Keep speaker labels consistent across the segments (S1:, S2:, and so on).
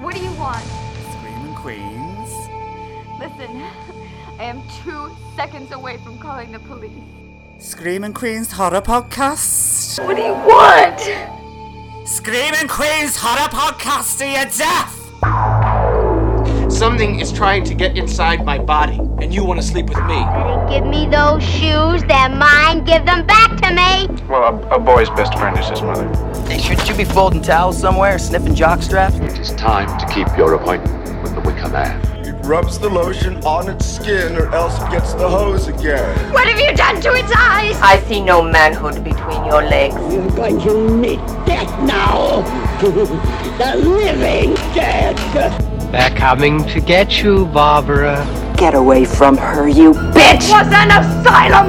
S1: What do you want?
S2: Screaming Queens.
S1: Listen, I am two seconds away from calling the police.
S2: Screaming Queens Horror Podcast.
S1: What do you want?
S2: Screaming Queens Horror Podcast to your death!
S3: Something is trying to get inside my body, and you want to sleep with me.
S4: Give me those shoes, they're mine. Give them back to me.
S5: Well, a, a boy's best friend is his mother.
S6: Should you be folding towels somewhere, sniffing jock straps?
S7: It is time to keep your appointment with the Wicker Man.
S8: It rubs the lotion on its skin or else it gets the hose again.
S1: What have you done to its eyes?
S9: I see no manhood between your legs.
S10: You're going to meet death now. the living dead.
S11: They're coming to get you, Barbara.
S12: Get away from her, you bitch!
S13: It was an asylum,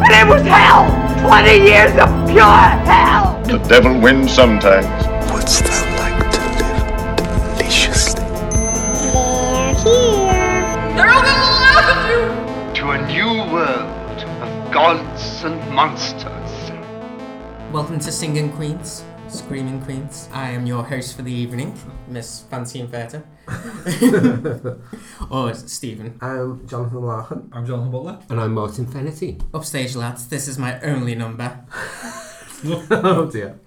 S13: and it was hell. Twenty years of pure hell.
S14: The devil wins sometimes.
S15: What's that like to live deliciously?
S4: They're here.
S13: They're all gonna laugh at you.
S16: To a new world of gods and monsters.
S17: Welcome to Singing Queens, Screaming Queens. I am your host for the evening, Miss Fancy Inverter. or Stephen.
S18: I'm Jonathan Larkin.
S19: I'm Jonathan Butler.
S20: And I'm Martin Fenity.
S17: Upstage lads, this is my only number.
S18: oh dear.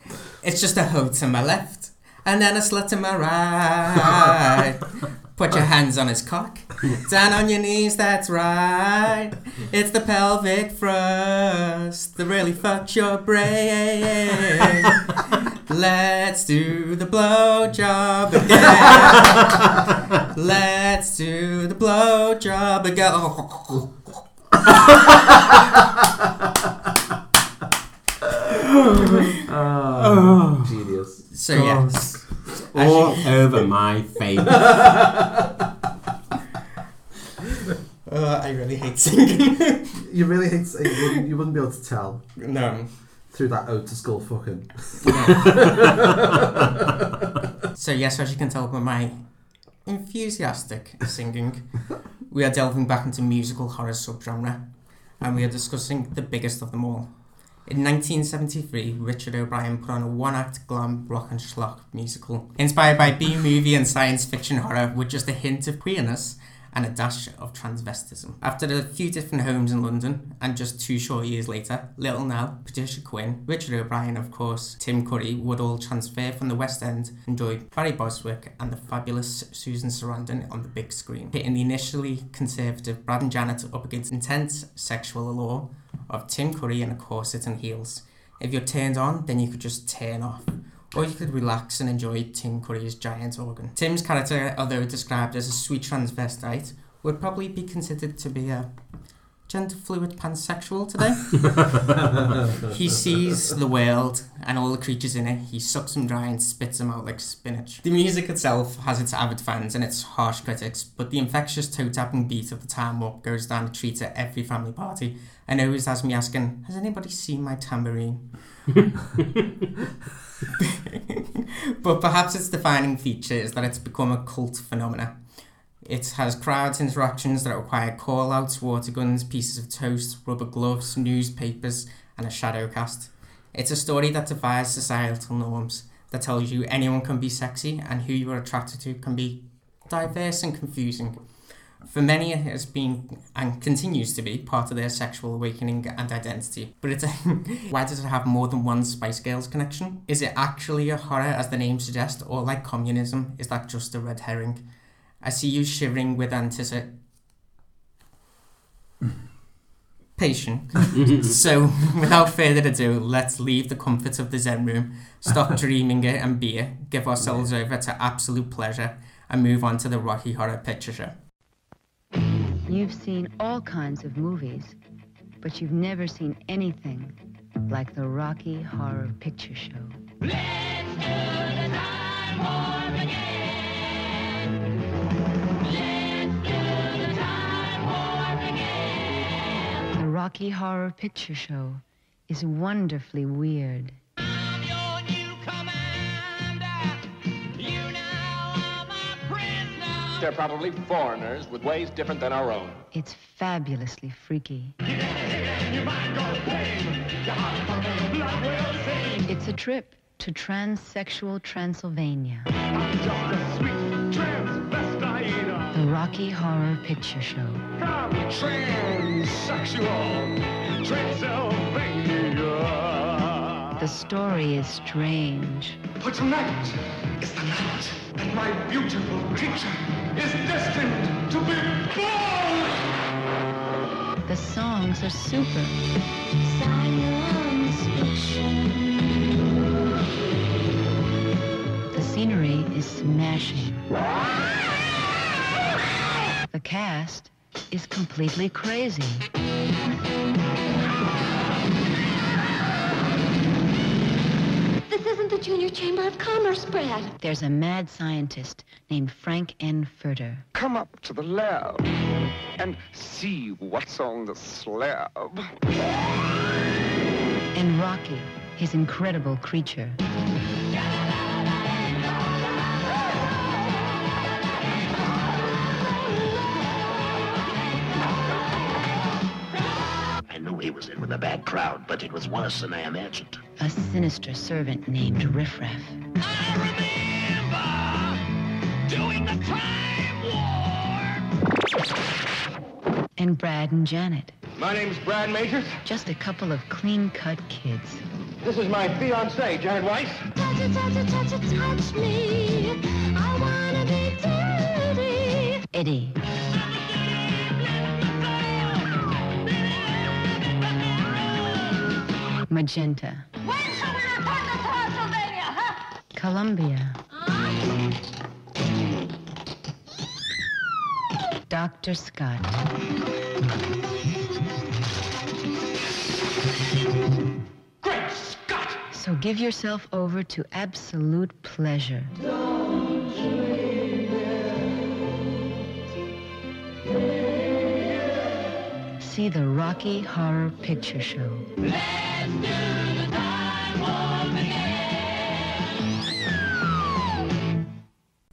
S17: It's just a hoe to my left, and then a slut to my right. Put your hands on his cock. Down on your knees, that's right. It's the pelvic thrust that really fucks your brain. Let's do the blowjob again. Let's do the blowjob again. Oh.
S19: Ah.
S18: Oh, genius.
S17: So yes.
S20: All over my face. I
S17: Uh, I really hate singing.
S18: You really hate you wouldn't, you wouldn't be able to tell
S17: no.
S18: through that ode to school fucking.
S17: So yes, as you can tell by my enthusiastic singing, we are delving back into musical horror subgenre, and we are discussing the biggest of them all. In 1973, Richard O'Brien put on a one-act glam rock and schlock musical inspired by B-movie and science fiction horror with just a hint of queerness and a dash of transvestism. After a few different homes in London, and just two short years later, Little Nell, Patricia Quinn, Richard O'Brien, of course, Tim Curry would all transfer from the West End and join Barry Boswick and the fabulous Susan Sarandon on the big screen, pitting the initially conservative Brad and Janet up against intense sexual allure of Tim Curry in a corset and heels. If you're turned on, then you could just turn off. Or you could relax and enjoy Tim Curry's giant organ. Tim's character, although described as a sweet transvestite, would probably be considered to be a gender fluid pansexual today. he sees the world and all the creatures in it, he sucks them dry and spits them out like spinach. The music itself has its avid fans and its harsh critics, but the infectious toe tapping beat of the time warp goes down a treat at every family party and always has me asking, Has anybody seen my tambourine? but perhaps its defining feature is that it's become a cult phenomenon. It has crowd interactions that require call outs, water guns, pieces of toast, rubber gloves, newspapers, and a shadow cast. It's a story that defies societal norms, that tells you anyone can be sexy and who you are attracted to can be diverse and confusing. For many, it has been and continues to be part of their sexual awakening and identity. But it's a, why does it have more than one Spice Girls connection? Is it actually a horror, as the name suggests, or like communism, is that just a red herring? I see you shivering with anticipation. so, without further ado, let's leave the comforts of the Zen room, stop dreaming it and beer, give ourselves over to absolute pleasure, and move on to the Rocky Horror Picture Show.
S1: You've seen all kinds of movies, but you've never seen anything like the Rocky Horror Picture Show. The Rocky Horror Picture Show is wonderfully weird.
S3: They're probably foreigners with ways different than our own.
S1: It's fabulously freaky. It's a trip. to transsexual Transylvania. The Rocky Horror Picture Show.
S14: Transsexual Transylvania.
S1: The story is strange.
S14: But tonight is the night that my beautiful creature is destined to be born!
S1: The songs are super. The scenery is smashing. The cast is completely crazy.
S4: This isn't the Junior Chamber of Commerce, Brad.
S1: There's a mad scientist named Frank N. Furter.
S19: Come up to the lab and see what's on the slab.
S1: And Rocky, his incredible creature.
S21: he was in with a bad crowd, but it was worse than I imagined.
S1: A sinister servant named Riffraff. And Brad and Janet.
S22: My name's Brad Majors.
S1: Just a couple of clean-cut kids.
S22: This is my fiancée, Janet Weiss.
S4: Touch it, touch it, touch it, touch me. I wanna be dirty.
S1: Eddie. Magenta.
S4: When shall we return to Transylvania, huh?
S1: Columbia. Dr. Scott.
S14: Great Scott!
S1: So give yourself over to absolute pleasure. See the Rocky Horror Picture Show.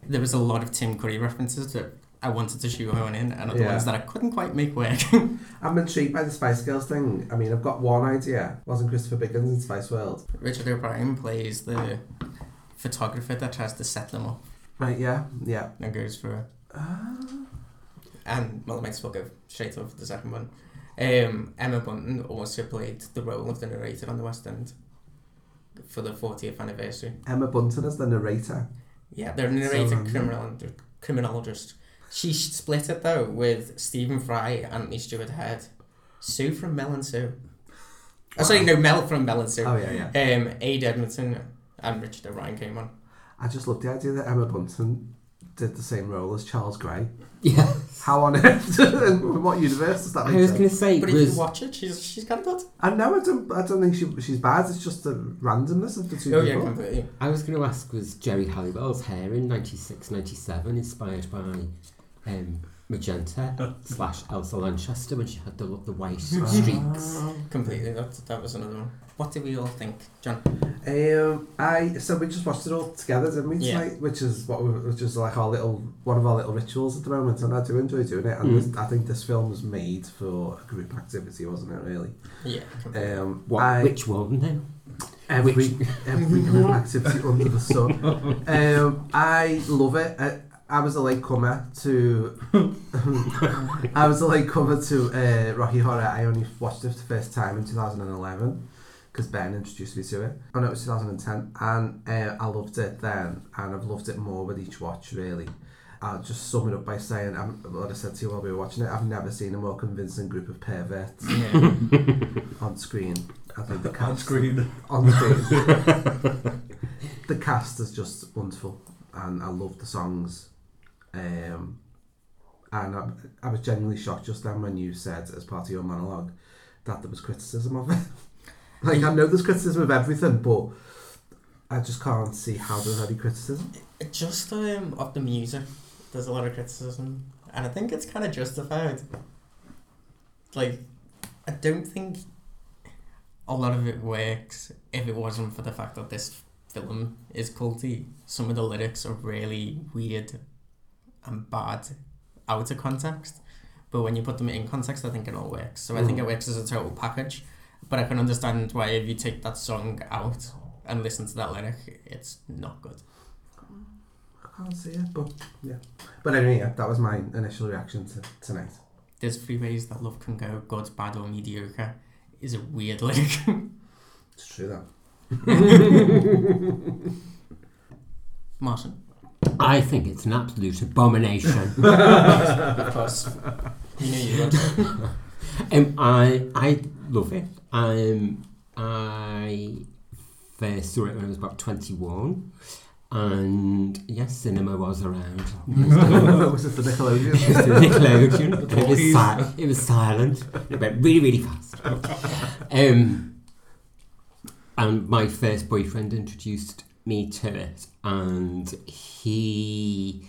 S17: There was a lot of Tim Curry references that I wanted to shoehorn in, and other
S18: Yeah.
S17: ones that I couldn't quite make work.
S18: I'm intrigued by the Spice Girls thing. I mean, I've got one idea. Wasn't Christopher Biggins in Spice World?
S17: Richard O'Brien plays the photographer that tries to set them up
S18: Right, yeah, yeah.
S17: and goes for it. And well, it might as well go straight off the second one. Um, Emma Bunton also played the role of the narrator on the West End for the 40th anniversary.
S18: Emma Bunton as the narrator.
S17: Yeah, they're
S18: So
S17: narrating
S18: random.
S17: criminal criminologist. She split it though with Stephen Fry, Anthony Stewart Head, Sue from Mel and Sue. Oh, sorry, no, Mel from Mel and Sue.
S18: Oh, yeah,
S17: yeah. Um, Aid Edmonton and Richard O'Brien came on.
S18: I just love the idea that Emma Bunton did the same role as Charles Gray. Yeah. How on earth? in what universe does that make sense?
S17: but if you watch it, she's she's got that.
S18: I know. I don't. I don't think she, she's bad. It's just the randomness of the two.
S17: Oh, yeah,
S18: people.
S17: completely.
S20: I was going to ask was Jerry Halliwell's hair in 96 97 inspired by um, Magenta slash Elsa Lanchester when she had the, the white streaks?
S17: Completely. That that was another one. What do we all think, John?
S18: Um, I so we just watched it all together, didn't we?
S17: Yeah.
S18: Tonight, which is what we, which is like our little one of our little rituals at the moment, and I do enjoy doing it. And
S20: Mm.
S18: this, I think this film was made for a group activity, wasn't it? Really?
S17: Yeah.
S18: Um,
S20: What,
S18: I-
S20: which one then?
S18: every
S20: Which-
S18: every group activity under the sun. Um, I love it. I, I was a latecomer to I was a latecomer to uh, Rocky Horror. I only watched it for the first time in 2011 because Ben introduced me to it. Oh no, it was 2010, and uh, I loved it then, and I've loved it more with each watch really. I'll just sum it up by saying, I'm, what I said to you while we were watching it, I've never seen a more convincing group of perverts
S17: Yeah.
S18: on screen. I think the cast,
S23: screen.
S18: On screen. the cast is just wonderful, and I love the songs. Um, and I, I was genuinely shocked just then when you said, as part of your monologue, that there was criticism of it. like I know there's criticism of everything, but I just can't see how there's any criticism.
S17: It Just um, of the music, there's a lot of criticism, and I think it's kind of justified. Like, I don't think a lot of it works if it wasn't for the fact that this film is culty. Some of the lyrics are really weird and bad out of context, but when you put them in context, I think it all works. So I think
S18: Mm.
S17: it works as a total package, but I can understand why if you take that song out, and listen to that lyric, it's not good.
S18: I can't see it, but yeah. But anyway, yeah, that was my initial reaction to tonight.
S17: There's three ways that love can go: good, bad, or mediocre. Is a weird lyric.
S18: it's true
S17: that. Martin.
S20: I think it's an absolute abomination.
S17: of course. You knew you would.
S20: um, I I love it. Um, I first saw it when I was about twenty one, and yes, cinema was around.
S18: was it the Nickelodeon?
S20: it was the Nickelodeon. it, was si- it was silent. It went really really fast. Um, and my first boyfriend introduced me to it, and he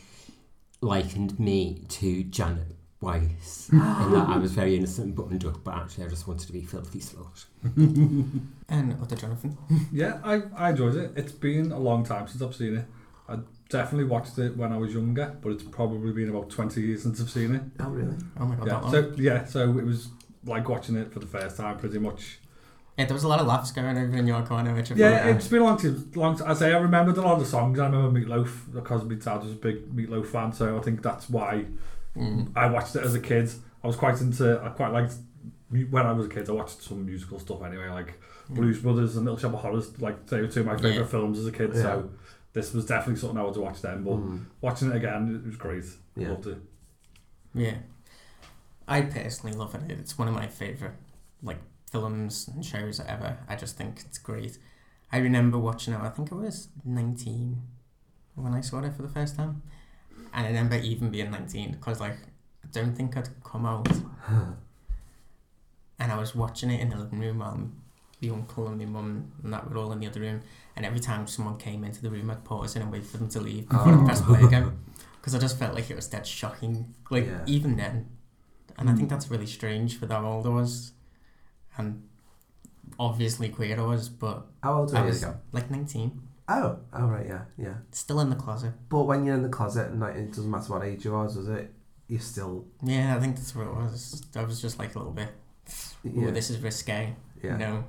S20: likened me to Janet Weiss, and that I was very innocent and buttoned up, but actually I just wanted to be filthy slut.
S17: and other Jonathan.
S2: Yeah, I, I enjoyed it. It's been a long time since I've seen it. I definitely watched it when I was younger, but it's probably been about 20 years since I've seen it.
S18: Oh, really?
S17: Oh my God, that
S2: Yeah,
S17: long?
S2: so, yeah so it was like watching it for the first time, pretty much.
S17: Yeah, there was a lot of laughs going over in your corner, which I
S2: Yeah,
S17: thought, uh,
S2: it's been a long time. Long time. I say I remembered a lot of the songs. I remember Meatloaf because my dad was a big Meatloaf fan, so I think that's why
S17: Mm.
S2: I watched it as a kid. I was quite into. I quite liked mu- when I was a kid. I watched some musical stuff anyway, like
S17: Mm.
S2: Blues Brothers and Little Shop of Horrors. Like they were two of my favorite
S17: Yeah.
S2: films as a kid. So this was definitely something I would watch then. But
S17: Mm.
S2: watching it again, it was great. Loved it.
S17: Yeah. I personally love it. It's one of my favourite like films and shows ever. I just think it's great. I remember watching it, I think I was nineteen when I saw it for the first time. And I remember even being nineteen because like I don't think I'd come out. and I was watching it in the living room while my uncle and my mum and that were all in the other room. And every time someone came into the room, I'd pause in and wait for them to leave before I pressed play again. Because I just felt like it was dead shocking. Like,
S18: Yeah.
S17: even then. And I think that's really strange with how old I was. And obviously queer I was, but.
S18: How old were
S17: I
S18: you
S17: was
S18: again?
S17: like 19.
S18: Oh, oh right, yeah, yeah.
S17: Still in the closet.
S18: But when you're in the closet, and like, it doesn't matter what age you was, does it? You're still
S17: Yeah, I think that's what it was. I was just like a little bit, oh,
S18: Yeah.
S17: this is risque.
S18: Yeah.
S17: You know,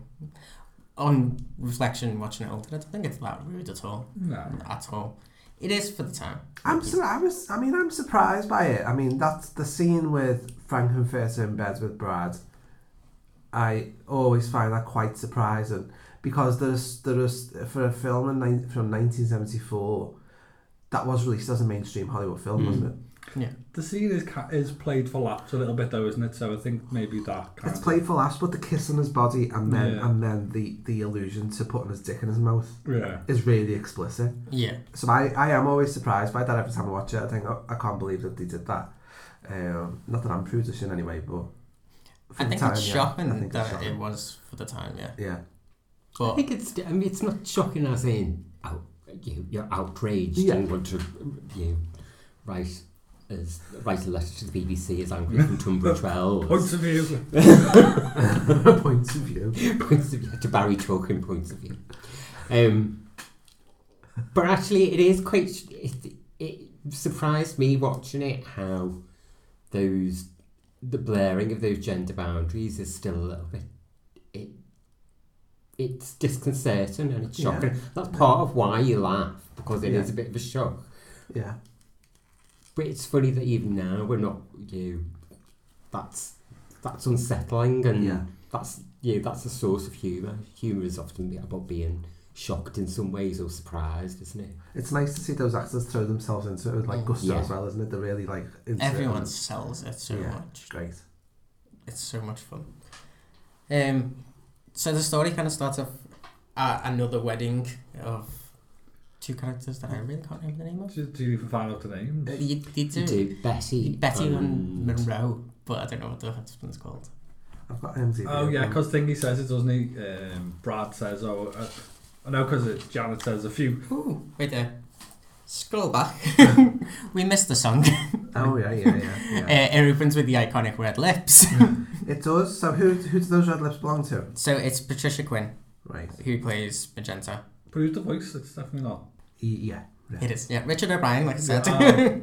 S17: on reflection, watching it older, I don't think it's that rude at all.
S18: No.
S17: At all. It is for the time.
S18: I'm sur- I was I mean I'm surprised by it. I mean that's the scene with Frankenfurter in bed with Brad. I always find that quite surprising because there's there's for a film in nine from 1974 that was released as a mainstream Hollywood
S2: Hmm.
S18: film, wasn't it?
S17: Yeah.
S2: The scene is ca- is played for laughs a little bit though, isn't it? So I think maybe that. Kind
S18: It's played for laughs, but the kiss on his body and then
S2: Yeah.
S18: and then the the allusion to putting his dick in his mouth
S2: Yeah.
S18: is really explicit.
S17: Yeah.
S18: So I, I am always surprised by that every time I watch it. I think oh, I can't believe that they did that. Um, not that I'm prudish in any way, but for
S17: I
S18: the
S17: think
S18: time,
S17: it's
S18: yeah,
S17: shocking
S18: I think it's
S17: that
S18: shocking.
S17: it was for the time, yeah.
S18: Yeah.
S20: I think it's. I mean, it's not shocking as in out, you, you're outraged
S18: Yeah.
S20: and want to you write as write a letter to the BBC as angry from Tumblr twelve.
S2: Points of view.
S18: points of view.
S20: Points of view to Barry Tolkien points of view. Um, but actually, it is quite. It, it surprised me watching it how those the blurring of those gender boundaries is still a little bit. It it's disconcerting and it's
S18: Yeah.
S20: shocking. That's part of why you laugh because it is
S18: Yeah.
S20: a bit of a shock.
S18: Yeah.
S20: But it's funny that even now we're not you. That's that's unsettling, and
S18: Yeah.
S20: that's yeah, that's a source of humour. Humour is often be- about being shocked in some ways or surprised, isn't it?
S18: It's nice to see those actors throw themselves into it with
S17: Mm,
S18: like gusto
S20: Yeah.
S18: as well, isn't it? They're really like into it.
S17: Everyone sells it so
S18: um, Yeah,
S17: much.
S18: Great.
S17: It's so much fun. Um, so the story kind of starts off at another wedding of two characters that I really can't remember the name of.
S2: Do, do you even find out the
S18: Uh,
S2: names?
S17: You, you do.
S20: do Betty
S17: Betty and
S20: and-
S17: Monroe, but I don't know what the husband's called.
S18: I've got MTV.
S2: Oh yeah, because Thingy says it, doesn't he? Um, Brad says, "Oh, uh, I know," because Janet says a few.
S17: Ooh, wait there. Scroll back. we missed the song.
S18: Oh, yeah, yeah, yeah,
S17: Uh, it opens with the iconic red lips.
S18: It does. So who who do those red lips belong to?
S17: so it's Patricia Quinn,
S18: right,
S17: who plays Magenta.
S2: But who's the voice? It's definitely not.
S18: Yeah.
S17: It is, yeah. Richard O'Brien, like I said.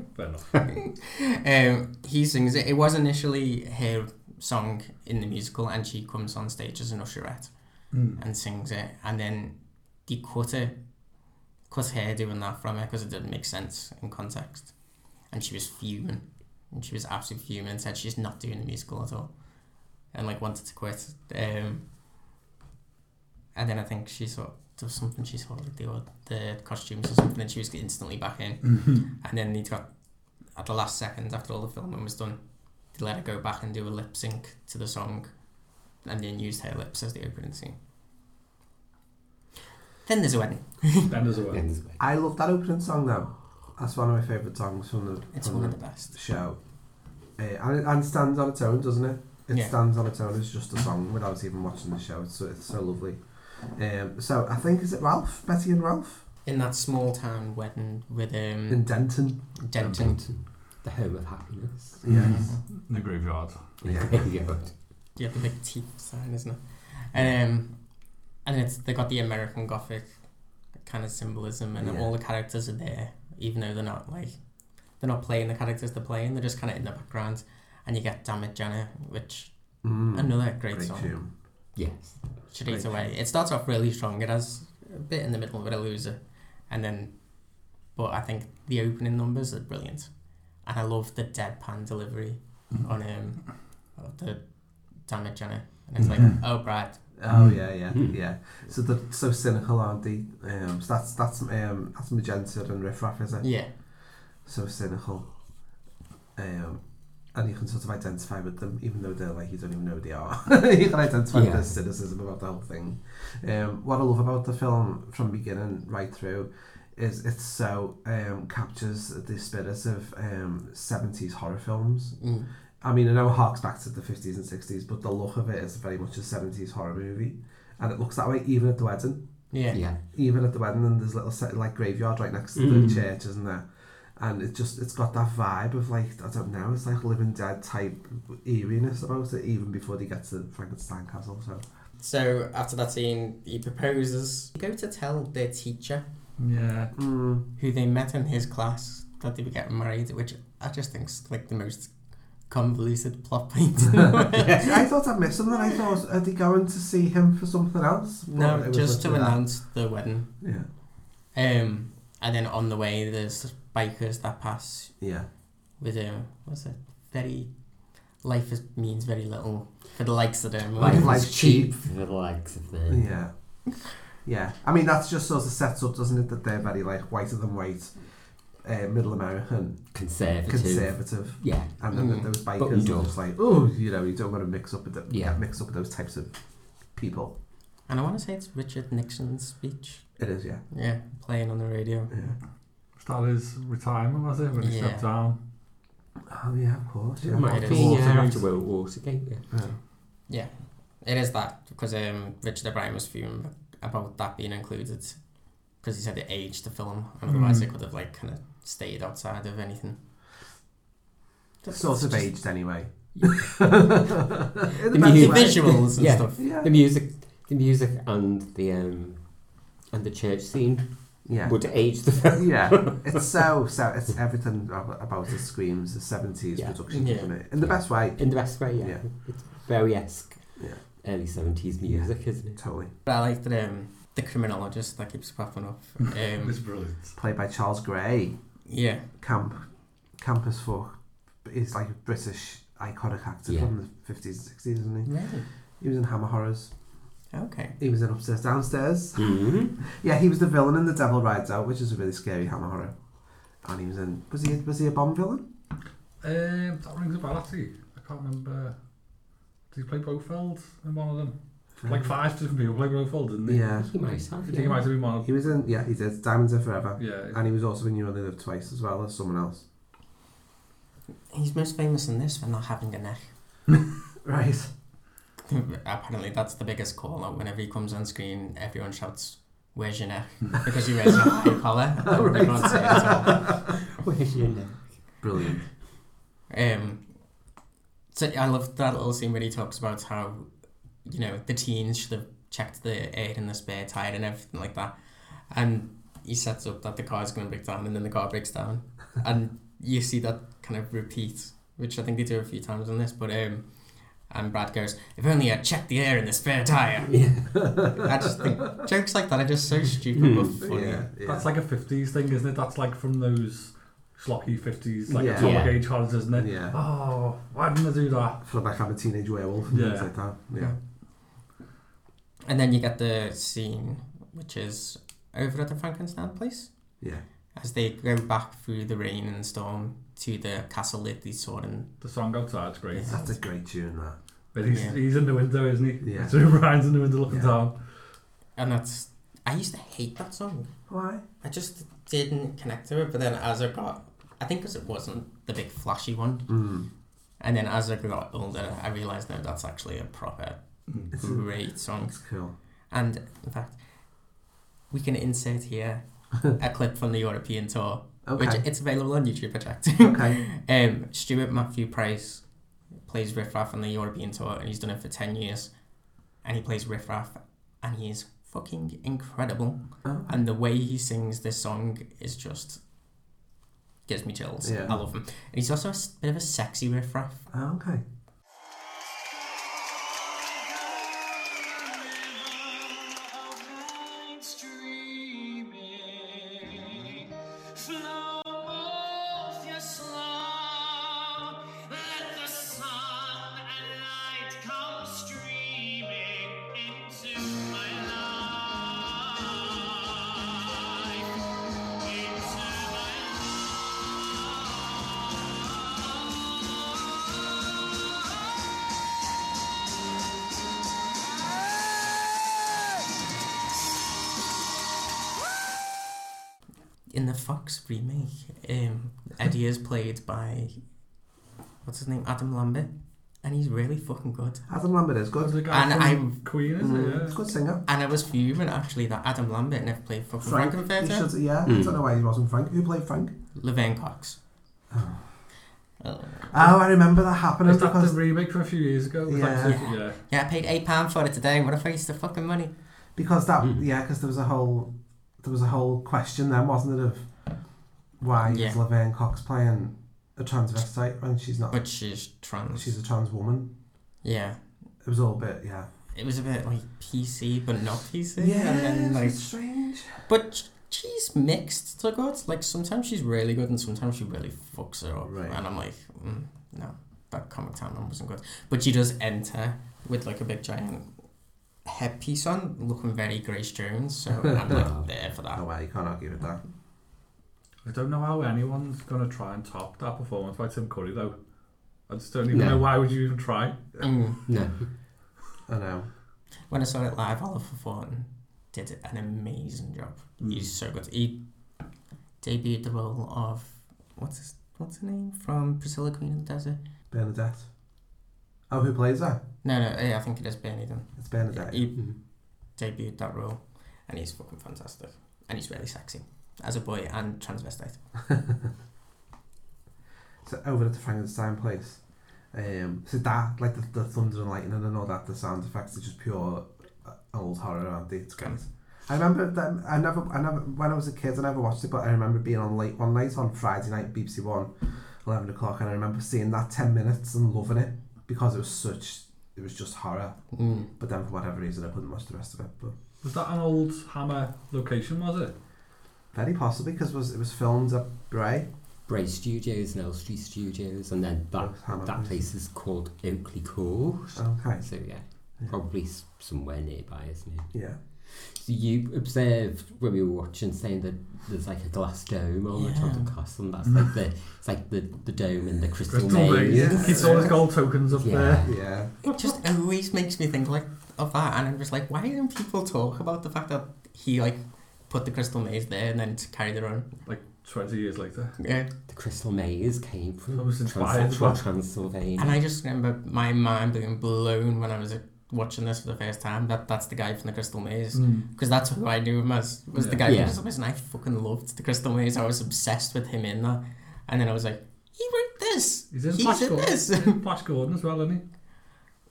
S2: Yeah, oh,
S17: um, he sings it. It was initially her song in the musical, and she comes on stage as an usherette
S2: Mm.
S17: and sings it. And then they cut her, cut her doing that from her because it didn't make sense in context. And she was fuming. And she was absolutely fuming and said she's not doing the musical at all. And like wanted to quit. Um, and then I think she sort of, there was something she saw like the, the costumes or something and she was instantly back in.
S2: Mhm.
S17: And then they got, at the last second after all the filming was done, they let her go back and do a lip sync to the song and then used her lips as the opening scene. Then there's a wedding.
S2: Then there's a wedding.
S18: I love that opening song though. That's one of my favourite songs from the,
S17: It's
S18: from
S17: one of the best.
S18: show. Uh, and, it, and it stands on its own, doesn't it? It
S17: Yeah.
S18: stands on its own as just a song without even watching the show. It's so, it's so lovely. Um, so I think, is it Ralph? Betty and Ralph?
S17: In that small town wedding with um
S18: In Denton.
S17: Denton.
S20: The home of happiness.
S17: Mm.
S18: Yes.
S2: In the graveyard.
S20: Yeah.
S17: Yeah, the big teeth sign, isn't it? Um, and it's they got the American Gothic kind of symbolism, and
S20: Yeah.
S17: all the characters are there, even though they're not like they're not playing the characters they're playing. They're just kind of in the background, and you get "Damn It, Janet," which
S20: Mm,
S18: Hmm.
S17: another great,
S20: great
S17: song.
S20: tune. Yes.
S17: straight
S20: Great
S17: away. It starts off really strong. It has a bit in the middle with a loser, and then, but I think the opening numbers are brilliant, and I love the deadpan delivery
S18: Mm-hmm.
S17: on um of the "Damn It, Janet," and it's like,
S18: Mhm.
S17: "Oh, Brad."
S18: Oh yeah, yeah,
S17: Mm.
S18: yeah. So they're so cynical, aren't they? Um, so that's that's um, that's magenta and riffraff, is it?
S17: Yeah.
S18: So cynical. Um, and you can sort of identify with them, even though they're like you don't even know who they are. you can identify with
S20: Yeah.
S18: their cynicism about the whole thing. Um, what I love about the film from beginning right through is it so um, captures the spirit of um, 70s horror films.
S17: Mm.
S18: I mean, I know it harks back to the 50s and 60s, but the look of it is very much a 70s horror movie. And it looks that way even at the wedding.
S17: Yeah.
S20: Yeah.
S18: Even at the wedding, and there's a little set, like graveyard right next to
S20: Mm.
S18: the church, isn't there? And it just, it's got that vibe of like, I don't know, it's like living dead type eeriness about it, even before they get to Frankenstein Castle. So,
S17: So after that scene, he proposes. They go to tell their teacher,
S2: Yeah.
S17: who they met in his class, that they were getting married, which I just think's like the most convoluted plot point.
S18: See, I thought I missed something. I thought, are they going to see him for something else? But
S17: No,
S18: it was
S17: just to
S18: literally that.
S17: announce the wedding.
S18: Yeah.
S17: Um, and then on the way, there's bikers that pass.
S18: Yeah.
S17: With um, what's it? Very, life is, means very little for the likes of them.
S18: Life- life's cheap.
S20: For the likes of them.
S18: Yeah. Yeah. I mean, that's just sort of set up, doesn't it? That they're very, like, whiter than white, uh, middle American.
S20: Conservative.
S18: Conservative.
S20: Yeah.
S18: And then
S20: Mm.
S18: those
S20: But
S18: bikers are
S20: don't.
S18: just like, oh, you know, you don't want to mix up with the,
S20: Yeah.
S18: get mixed up with those types of people.
S17: And I want to say it's Richard Nixon's speech.
S18: It is, yeah.
S17: Yeah, playing on the radio.
S18: Yeah.
S2: That is retirement, was it? When he
S17: Yeah.
S2: stepped down.
S18: Oh, yeah, of course.
S20: It
S18: Yeah.
S20: might
S17: It
S20: be
S17: is.
S20: yeah, after World War Watergate, yeah.
S18: Yeah.
S17: Yeah, it is that because um, Richard O'Brien was fuming about that being included because he said it aged the film, and
S18: Mm.
S17: otherwise it could have like kind of stayed outside of anything.
S18: Sort of aged anyway.
S17: The
S18: best way.
S17: visuals and
S20: yeah.
S17: stuff.
S18: Yeah.
S20: The music, the music, and the um, and the church scene
S18: Yeah.
S20: would age the film.
S18: yeah, it's so so. It's everything ab- about it screams the seventies production,
S20: Yeah.
S18: isn't it? In the best way.
S20: In the best way, yeah.
S18: Yeah.
S20: It's very esque
S18: Yeah,
S20: early seventies music, isn't it?
S18: totally.
S17: But I like that um, the criminologist that keeps popping up. Um,
S2: It's brilliant.
S18: Played by Charles Gray.
S17: yeah,
S18: Camp, Campus Fuck. He's like a British iconic actor
S20: Yeah.
S18: from the fifties and sixties, isn't he?
S17: Really?
S18: He was in Hammer Horrors.
S17: okay.
S18: He was in Upstairs Downstairs.
S20: Mhm.
S18: Yeah, he was the villain in The Devil Rides Out, which is a really scary Hammer horror. And he was in. Was he was he a bomb villain?
S2: Um, that rings a bell, actually. I can't remember. Did he play Blofeld in one of them? Like five different people played Blofeld, didn't he?
S18: Yeah.
S20: He might
S2: I
S20: have.
S2: think
S20: yeah.
S2: he might have been one of
S18: He was in. Yeah, he did Diamonds Are Forever.
S2: Yeah.
S18: And he was also in You Only Live Twice as well as someone else.
S17: He's most famous in this for not having a neck.
S18: Right.
S17: Apparently, that's the biggest call out. Whenever he comes on screen, everyone shouts, "Where's your neck?" because he wears a high collar.
S18: Oh,
S17: and they can't see it at all.
S20: Where's your neck?
S18: Brilliant.
S17: Um, so I love that little scene where he talks about how, you know, the teens should have checked the air in the spare tire and everything like that. And he sets up that the car's going to break down and then the car breaks down. and you see that kind of repeat, which I think they do a few times on this. But um, And Brad goes, if only I checked the air in the spare tire.
S20: Yeah.
S17: I just think jokes like that are just so stupid
S18: Hmm.
S17: but funny.
S2: That's like a 50s thing, isn't it? That's like from those schlocky 50s, like
S18: Yeah.
S2: Atomic
S18: Yeah.
S2: Age horrors, isn't it?
S18: Yeah.
S2: Oh, why didn't I do that?
S18: For like I'm a teenage werewolf and things
S2: Yeah.
S18: like that. Yeah.
S17: And then you get the scene, which is over at the Frankenstein place.
S18: Yeah.
S17: As they go back through the rain and storm to the castle that they saw in.
S2: The song outside's great.
S18: That's a great tune, that.
S2: But he's,
S17: Yeah.
S2: he's in the window, isn't he?
S18: Yeah.
S2: So Ryan's in the window looking down.
S17: And that's. I used to hate that song.
S18: Why?
S17: I just didn't connect to it, but then as I got. I think because it wasn't the big flashy one.
S18: Mm.
S17: And then as I got older, I realised no, that's actually a proper
S18: It's a-
S17: great song.
S18: it's cool.
S17: And in fact, we can insert here a clip from the European tour, which
S18: Okay.
S17: it's available on YouTube. I checked.
S18: Okay.
S17: um, Stuart Matthew Price plays Riff Raff on the European tour, and he's done it for ten years. And he plays Riff Raff, and he is fucking incredible.
S18: Oh.
S17: And the way he sings this song is just gives me chills.
S18: Yeah.
S17: I love him. And he's also a s- bit of a sexy Riff Raff.
S18: Oh, okay.
S17: in the Fox remake, um, Eddie is played by what's his name, Adam Lambert, and he's really fucking good.
S18: Adam Lambert is good.
S2: The guy
S17: And
S2: from
S17: I'm
S2: "Oh, Queen, isn't
S18: Mm,
S2: he? Yeah.
S18: He's a good singer.
S17: and I was fuming actually that Adam Lambert never played fucking
S18: Frank, he
S17: Frankenfurter.
S18: should, yeah, I don't know why he wasn't Frank. Who played Frank?
S17: Laverne Cox. Oh.
S18: Oh, I remember that happening
S2: Is that
S18: because
S2: the remake from a few years ago? With
S18: Yeah.
S2: Actually, yeah.
S17: Yeah, I paid eight pound for it today. What if I used the fucking money?
S18: because that
S17: Hmm.
S18: yeah, because there was a whole there was a whole question then, wasn't it, of why
S17: Yeah.
S18: is Laverne Cox playing a transvestite when she's not?
S17: But she's trans.
S18: She's a trans woman.
S17: yeah,
S18: It was all a bit yeah.
S17: it was a bit like PC, but not PC.
S18: Yeah,
S17: and then like,
S18: it's strange.
S17: but sh- she's mixed to good. Like sometimes she's really good, and sometimes she really fucks her up.
S18: Right.
S17: And I'm like, mm, no, that comic time one wasn't good. But she does enter with like a big giant headpiece on, looking very Grace Jones. So I'm like there for that.
S18: No way, you can't argue with that.
S2: I don't know how anyone's gonna try and top that performance by Tim Curry though. I just don't even
S20: No.
S2: know why would you even try.
S17: Mm.
S20: No.
S18: I know.
S17: When I saw it live, Oliver Fortin did an amazing job. He's so good. He debuted the role of what's his what's her name from Priscilla Queen of the Desert.
S18: Bernadette. Oh, who plays her?
S17: No, no, yeah, I think it is Bernie then.
S18: It's Bernadette.
S17: He debuted that role, and he's fucking fantastic. And he's really sexy as a boy and transvestite.
S18: So over at the Frankenstein place. Um, so that, like the, the thunder and lightning and all that, the sound effects are just pure uh, old horror, aren't they? It's great. I remember that I never, I never, when I was a kid, I never watched it, but I remember being on late one night on Friday night, BBC One, 11 o'clock, and I remember seeing that 10 minutes and loving it because it was such, it was just horror.
S17: Mm.
S18: But then for whatever reason, I couldn't watch the rest of it. But
S2: Was that an old Hammer location? Was it?
S18: very possibly because it was, it was filmed at Bray.
S20: Bray Studios and Elstree Studios, and then that
S18: Hammer
S20: that
S18: place.
S20: place is called Oakley Court.
S18: Okay.
S20: So yeah, probably s- somewhere nearby, isn't it?
S18: Yeah.
S20: So you observed when we were watching, saying that there's like a glass dome on the top of the castle, and that's like the it's like the, the dome and the crystal,
S2: Crystal
S20: maze.
S2: Maze. It's all his gold tokens up
S20: Yeah.
S2: there.
S18: Yeah.
S17: It just always makes me think like of that, and I'm just like, why don't people talk about the fact that he like put the crystal maze there and then carried it on?
S2: Like twenty years later.
S17: Yeah.
S20: The crystal maze came
S2: I
S20: from
S2: was inspired
S20: Trans-
S2: by-
S20: from Transylvania.
S17: And I just remember my mind being blown when I was uh, watching this for the first time. That that's the guy from the Crystal Maze
S2: Hmm.
S20: Mm.
S17: because that's who I knew him as. Was the
S2: Yeah.
S17: guy
S20: Yeah.
S17: from the Crystal Maze, and I fucking loved the Crystal Maze. I was obsessed with him in that. And then I was like, he wrote this.
S2: He's in Flash
S17: He's in
S2: Gordon.
S17: this.
S2: Flash Gordon as well, isn't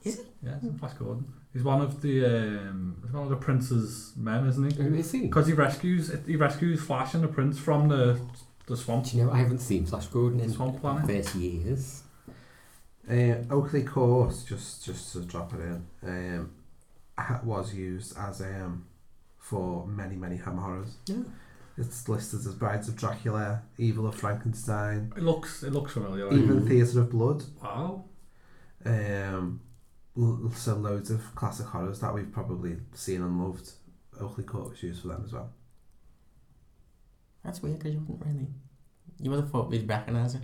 S2: he?
S17: Is he?
S2: Yeah, he's in Flash Gordon. He's one of the um, he's one of the prince's men, isn't he?
S20: Oh, is he?
S2: Because he rescues he rescues Flash and the prince from the the swamp
S20: Do you know I haven't seen Flash Gordon in
S2: swamp planet.
S20: thirty years?
S18: Uh, Oakley Court, just just to drop it in, um, ha- was used as um, for many many ham horrors.
S2: Yeah.
S18: It's listed as Brides of Dracula, Evil of Frankenstein.
S2: It looks it looks familiar.
S18: Even Theatre of Blood.
S2: Wow.
S18: Um, l- so loads of classic horrors that we've probably seen and loved. Oakley Court was used for them as well.
S17: That's weird because you wouldn't really. You would have thought we'd recognise it.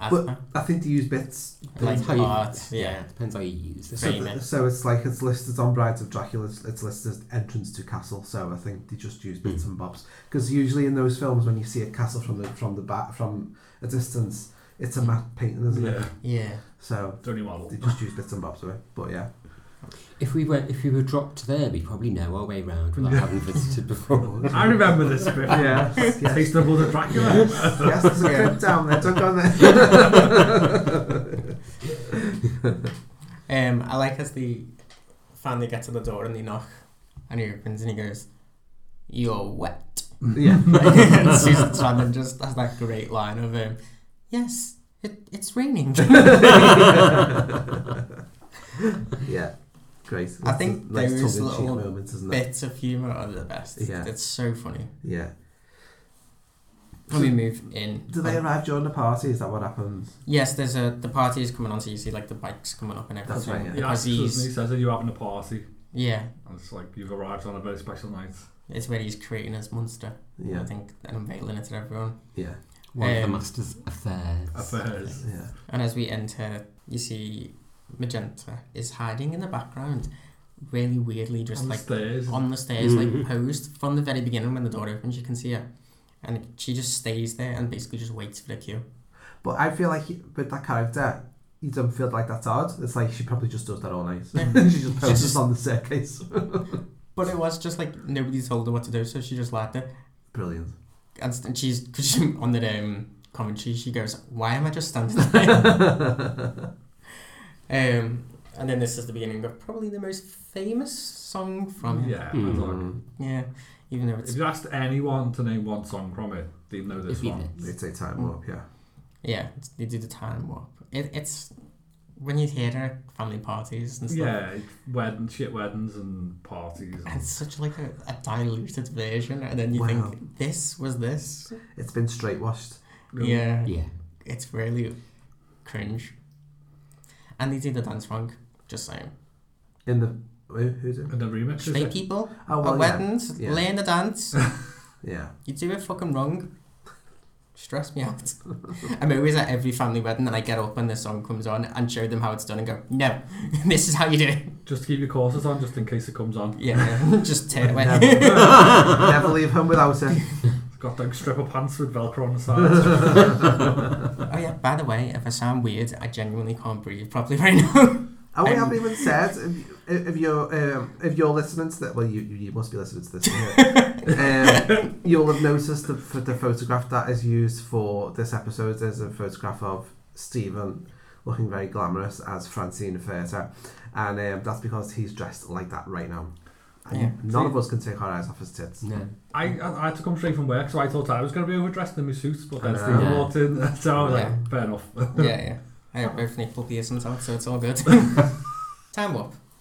S17: As
S18: But I think they use bits.
S17: Like
S20: how you-
S17: art, yeah.
S20: Depends how you use it.
S18: So, th- so it's like it's listed on Brides of Dracula. It's it's listed as entrance to castle. So I think they just use bits and bobs because usually in those films, when you see a castle from the from the back from a distance, it's a matte painting, isn't it?
S17: Yeah. Yeah.
S18: So
S2: Tony model.
S18: They just use bits and bobs of it. But yeah,
S20: If we were if we were dropped there, we probably know our way round without
S2: Yeah.
S20: having visited before.
S2: I remember this bit.
S18: Yeah. Yes.
S2: Taste of Blood of Dracula.
S18: Yes. Yes, there's a crypt down there. Don't go in there.
S17: Um, I like as the finally get to the door and they knock, and he opens and he goes, "You're wet."
S18: Yeah.
S17: And Susan Sarandon just has that great line of um, "Yes, it, it's raining."
S18: yeah, great.
S17: I think
S18: Nice
S17: those
S18: tongue-in-cheek
S17: little
S18: moments, isn't it?
S17: bits of humour are the best.
S18: Yeah.
S17: It's so funny. Mm.
S18: Yeah.
S17: When we move in, Oh.
S18: Do they arrive during the party? Is that what happens?
S17: Yes, there's a the party is coming on, so you see like the bikes coming up and everything.
S18: That's right, yeah.
S2: He asks, doesn't he?
S17: Aziz-
S2: He says, "Are you having a party?"
S17: Yeah.
S2: And it's like you've arrived on a very special night.
S17: It's where he's creating his monster.
S18: Yeah.
S17: I think and unveiling it to everyone.
S18: Yeah.
S20: One
S18: Um,
S20: of the master's affairs.
S2: Affairs.
S18: Yeah.
S17: And as we enter, you see Magenta is hiding in the background, really weirdly, just
S2: On the
S17: like
S2: stairs.
S17: on the stairs,
S2: Mhm.
S17: like posed from the very beginning when the door opens. You can see her, and she just stays there and basically just waits for the cue.
S18: But I feel like he- with that character, you don't feel like that's odd. It's like she probably just does that all night.
S17: Yeah.
S18: she just
S17: She
S18: posts
S17: just-
S18: on the staircase.
S17: But it was just like nobody told her what to do, so she just lied there.
S18: Brilliant.
S17: And, st- and she's cause she, on the um, commentary. She goes, "Why am I just standing there?" um, and then this is the beginning of probably the most famous song from Hmm. him.
S2: Yeah, I'd
S17: Mm-hmm.
S2: like-
S17: yeah. Even though it's
S2: If you asked anyone to name one song from it, they'd know this
S20: It'd be
S2: one.
S18: They say time
S17: Mm.
S18: warp, yeah.
S17: yeah, it's- they do the time warp. It, it's when you hear it at family parties and stuff.
S2: Yeah, wedding, shit weddings and parties.
S17: And It's such like a, a diluted version, and then you
S18: Wow.
S17: think this was this.
S18: It's been straight washed.
S17: Yeah.
S20: Yeah.
S17: It's really cringe. And they do the dance wrong, just saying.
S18: In the who- who's it?
S2: And the remix. is
S17: Straight
S2: it?
S17: people
S18: Oh,
S17: oh, at
S18: well, yeah.
S17: weddings,
S18: Yeah.
S17: learn the dance.
S18: Yeah.
S17: you do it fucking wrong. Stress me out. I'm always at every family wedding and I get up when the song comes on and show them how it's done and go, no, this is how you do it.
S2: Just keep your courses on, just in case it comes on.
S17: Yeah, just tear it away.
S18: Never, never leave home without it.
S2: It's got those stripper pants with Velcro on the sides.
S17: oh yeah, by the way, if I sound weird, I genuinely can't breathe properly right now.
S18: And we
S17: Um,
S18: haven't even said if, if you're um, if you're listening to that. Well, you, you you must be listening to this. here. um, you'll have noticed the ph- the photograph that is used for this episode is a photograph of Stephen looking very glamorous as Francine Furter, and um, that's because he's dressed like that right now. And
S17: Yeah.
S18: None of us can take our eyes off his tits.
S20: No.
S2: I, I I had to come straight from work, so I thought I was going to be overdressed in my suit, but then
S18: I know.
S2: Stephen
S20: Yeah.
S2: walked in, so I was
S17: Yeah.
S2: like, fair enough.
S17: yeah, yeah. I have both nipple piercings out, so it's all good. Time warp.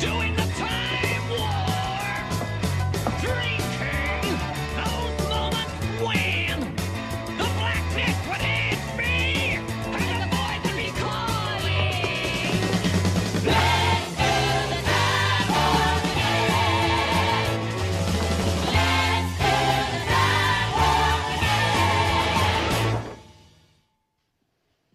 S14: Doing the time warp. Drinking those moments when the black liquid hit me. And the voice in me calling. Let's do the time warp again. Let's do the time warp again.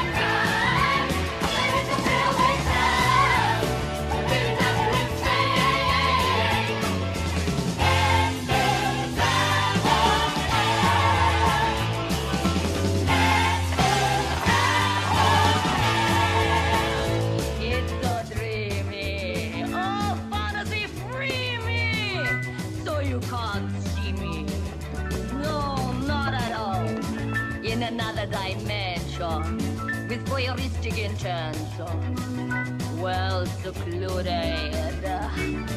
S6: Oh, another dimension with voyeuristic intentions. Well secluded,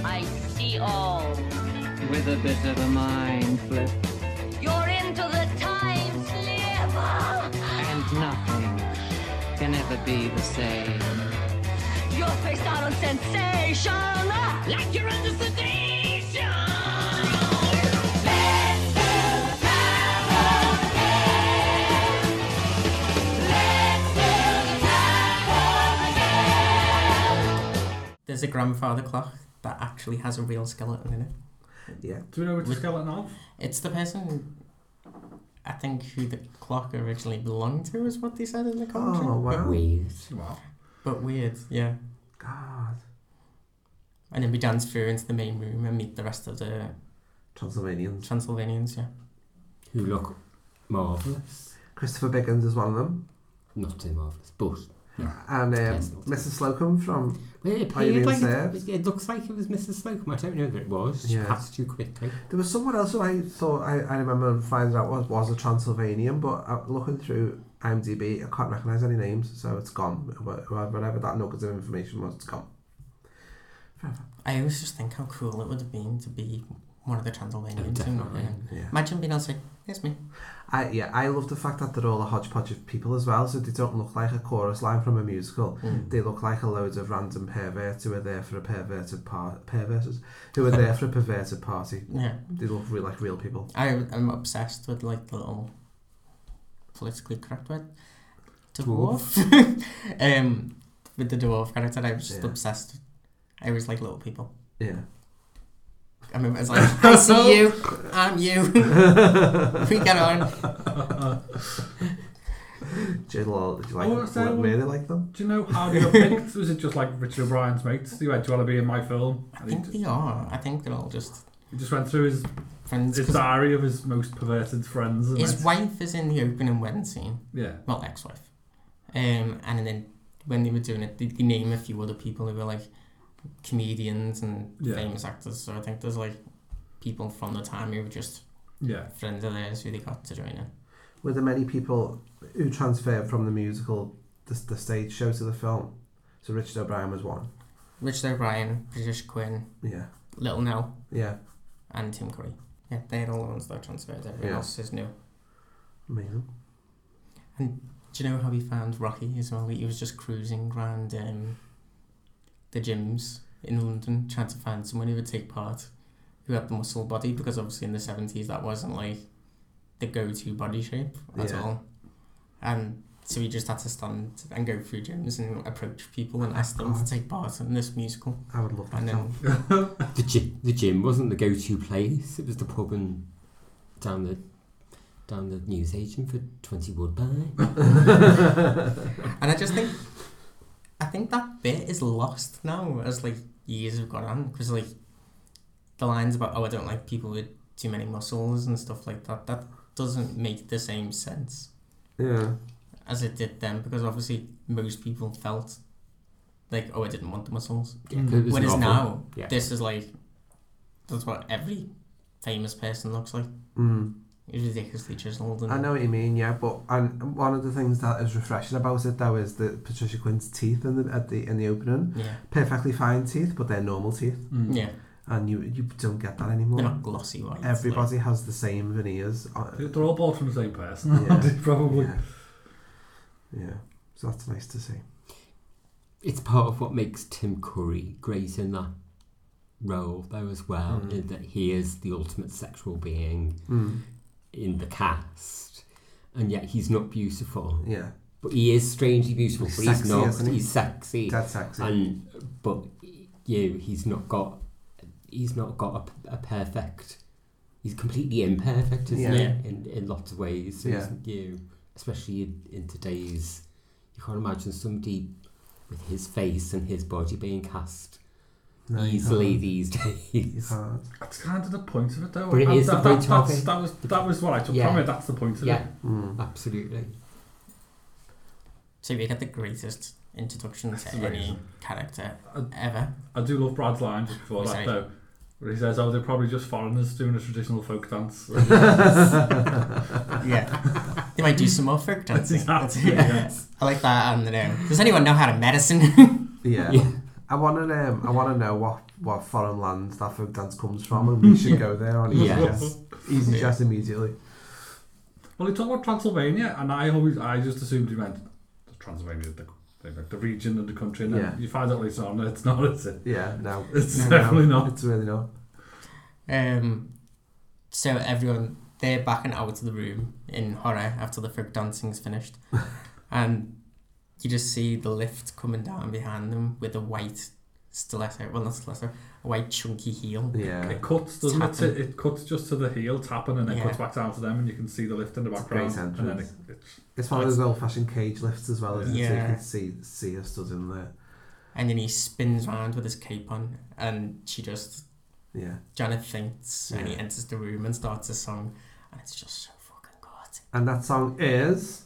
S6: I see all.
S5: with a bit of a mind flip
S6: You're into the time slip.
S5: and nothing can ever be the same.
S6: You're faced out on sensation, like you're under sedation.
S17: There's a grandfather clock that actually has a real skeleton in it.
S18: Yeah.
S2: Do we know which skeleton of?
S17: It's the person, who- I think, who the clock originally belonged to, is what they said in the commentary.
S18: Oh, wow. Weird.
S2: Wow.
S17: But weird, yeah.
S18: God.
S17: And then we dance through into the main room and meet the rest of the
S18: Transylvanians.
S17: Transylvanians, yeah.
S20: Who look marvellous.
S18: Christopher Biggins is one of them.
S20: Not too marvellous, but. No.
S18: And um,
S20: Yes, not-
S18: Mrs. Slocum from
S20: Well, it
S18: Are You
S20: appeared
S18: Being
S20: like
S18: Served?
S20: it, it looks like it was Mrs. Slocum. I don't know if it was. She
S18: Yeah.
S20: passed too quickly.
S18: There was someone else who I thought I, I remember finding out was, was a Transylvanian, but uh, looking through IMDb, I can't recognise any names, so it's gone. Wh- wh- Whatever that nugget of information was, it's gone.
S17: I always just think how cool it would have been to be one of the Transylvanians. you know,
S18: definitely, yeah.
S17: Imagine being able to say, here's me.
S18: I yeah, I love the fact that they're all a hodgepodge of people as well, so they don't look like a chorus line from a musical.
S17: Mm.
S18: They look like a load of random perverts who are there for a perverted par- perverses who are there for a perverted party.
S17: Yeah.
S18: They look real, like real people.
S17: I, I'm obsessed with like the little politically correct word. Dwarf. um, with the dwarf character, I was just
S18: Yeah.
S17: obsessed. I was like little people.
S18: Yeah.
S17: I remember it's like, I see you, I'm you. we get on.
S18: Do you, lo- do you
S2: I wanna
S18: like
S2: say,
S18: them? really like them?
S2: Do you know how they were picked? Was it just like Richard O'Brien's mates? He went, "Do you want to be in my film?"
S17: I
S2: And he
S17: think they are. I think they're all just.
S2: He just went through his
S17: friends.
S2: his
S17: 'cause
S2: diary of his most perverted friends. And
S17: His
S2: went,
S17: wife is in the opening wedding scene.
S2: Yeah.
S17: Well, ex-wife. Um, and then when they were doing it, they, they name a few other people who were like comedians and
S2: Yeah.
S17: famous actors. So I think there's like people from the time who were just
S2: Yeah.
S17: friends of theirs who they got to join in.
S18: Were there many people who transferred from the musical, the, the stage show to the film? So Richard O'Brien was one.
S17: Richard O'Brien, British Quinn,
S18: Yeah.
S17: Little Nell,
S18: Yeah.
S17: and Tim Curry. Yeah, they're all the ones that transferred. Everyone
S18: Yeah.
S17: else is new.
S18: Amazing.
S17: And do you know how he found Rocky as well? He was just cruising around um, the gyms in London trying to find someone who would take part, who had the muscle body, because obviously in the 70s that wasn't like the go to body shape at
S18: Yeah.
S17: all. And so he just had to stand and go through gyms and approach people and ask them to take part in this musical.
S18: I would love that
S17: And then
S2: Mm.
S20: The gym, the gym wasn't the go-to place. It was the pub and down the down the newsagent for twenty Woodbine.
S17: and I just think, I think that bit is lost now as like years have gone on because like the lines about oh I don't like people with too many muscles and stuff like that that doesn't make the same sense
S18: Yeah.
S17: as it did then because obviously most people felt like oh I didn't want the muscles
S20: Yeah, 'cause it was
S17: whereas
S20: novel.
S17: now
S20: Yeah.
S17: this is like that's what every famous person looks like
S18: Mm.
S17: it's ridiculously chiseled and
S18: I know what you mean, yeah, but and one of the things that is refreshing about it though is that Patricia Quinn's teeth in the at the in the opening,
S17: Yeah.
S18: perfectly fine teeth, but they're normal teeth,
S17: Mm. Yeah.
S18: and you you don't get that anymore.
S17: They're not glossy whites,
S18: Everybody has the same veneers. uh, on-
S2: They're all bought from the same person. Probably.
S18: Yeah. yeah, so that's nice to see.
S20: it's part of what makes Tim Curry great in that role though as well
S18: Mm.
S20: in that he is the ultimate sexual being
S18: Mm.
S20: in the cast and yet he's not beautiful
S18: Yeah.
S20: but he is strangely beautiful
S18: He's
S20: but he's
S18: sexy,
S20: not
S18: isn't he?
S20: he's sexy
S18: Dead sexy.
S20: and
S18: Mm.
S20: but you he's not got he's not got a, a perfect he's completely imperfect isn't
S18: Yeah.
S20: he in, in lots of ways
S18: Yeah.
S20: isn't you especially in, in today's you can't imagine somebody with his face and his body being cast
S18: No, you
S20: easily
S18: can't.
S20: these days.
S2: That's kind of the point of it, though.
S20: But it
S2: And
S20: is
S2: that,
S20: the point
S2: that,
S20: of
S2: that's-
S20: it.
S2: that was that was what I took
S20: Yeah.
S2: from it. That's the point of
S20: Yeah,
S2: it.
S18: Hmm.
S20: Ah. absolutely.
S17: So we get the greatest introduction to any
S2: amazing.
S17: character
S2: I-
S17: ever.
S2: I do love Brad's line just before
S17: Oh,
S2: that
S17: sorry.
S2: though. Where he says, "Oh, they're probably just foreigners doing a traditional folk dance."
S17: yeah, they might do some more folk dancing.
S2: Exactly, yeah.
S17: I like that on the name. Does anyone know how to medicine?
S18: Yeah.
S17: Yeah.
S18: I want to. Um, I want to know what, what foreign lands that folk dance comes from, and we should go there on easy
S20: Yeah.
S18: chess. Easy
S2: Yeah.
S18: chess immediately.
S2: Well, he talked about Transylvania, and I always, I just assumed he meant Transylvania, the, the, the region and the country. And then
S18: Yeah.
S2: You find out later on that it's not, is it?
S18: Yeah, no.
S2: it's
S18: No, no,
S2: definitely not.
S18: It's really not.
S17: Um, so everyone they're backing out of the room in horror after the folk dancing's finished, and you just see the lift coming down behind them with a white stiletto. Well, not stiletto, a white chunky heel.
S2: It cuts, doesn't it?
S17: Tapping.
S2: It, it cuts just to the heel tapping, and then
S17: Yeah.
S2: cuts back down to them, and you can see the lift in the background.
S18: Great
S2: and then
S18: entrance.
S2: it,
S18: It's one of those old-fashioned cage lifts as well, isn't it? So you
S17: Yeah.
S18: can see see us stood in there.
S17: And then he spins round with his cape on, and she just.
S18: Yeah.
S17: Janet faints, and he
S18: Yeah.
S17: enters the room and starts a song, and it's just so fucking good.
S18: And that song is.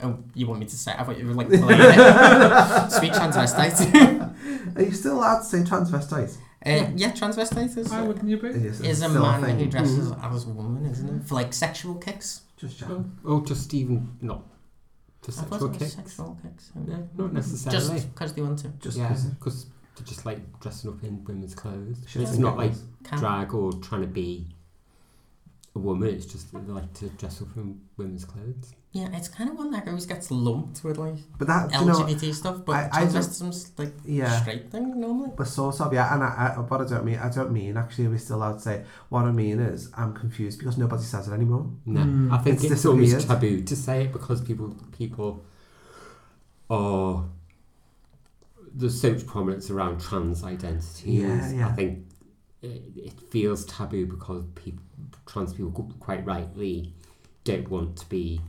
S17: Oh, you want me to say? I thought you were like. playing it. Speak transvestite.
S18: Are you still allowed to say transvestite?
S17: Uh, yeah, transvestite is.
S2: Why wouldn't you be?
S17: Is
S18: Yes, it's
S17: a
S18: still a
S17: man
S18: thing.
S17: who dresses
S18: Mhm.
S17: as a woman, isn't it? For like sexual kicks.
S18: Just
S20: Oh, oh, just even not for
S17: I thought
S20: sexual
S17: it was
S20: kicks.
S17: sexual kicks.
S20: No, not necessarily.
S17: Just because they want to.
S20: Just
S18: Yeah.
S20: because they're just like dressing up in women's clothes.
S18: Should
S20: it's
S18: think
S20: not
S18: it
S20: like
S18: was-
S17: Can-
S20: drag or trying to be a woman. It's just that they like to dress up in women's clothes.
S17: Yeah, it's kind of one that always gets lumped with like
S18: But that- do you know,
S17: LGBT stuff, but
S18: I- I don't-
S17: transvestism's like
S18: Yeah.
S17: straight thing normally.
S18: But sort of, yeah. And I, I, what I don't mean, I don't mean actually. We still allowed to say what I mean is I'm confused because nobody says it anymore.
S20: No,
S18: Hmm,
S20: I think it's, almost
S18: disappeared.
S20: taboo to say it because people people are there's so much prominence around trans identities.
S18: Yeah, yeah.
S20: I think it, it feels taboo because people trans people qu- quite rightly don't want to be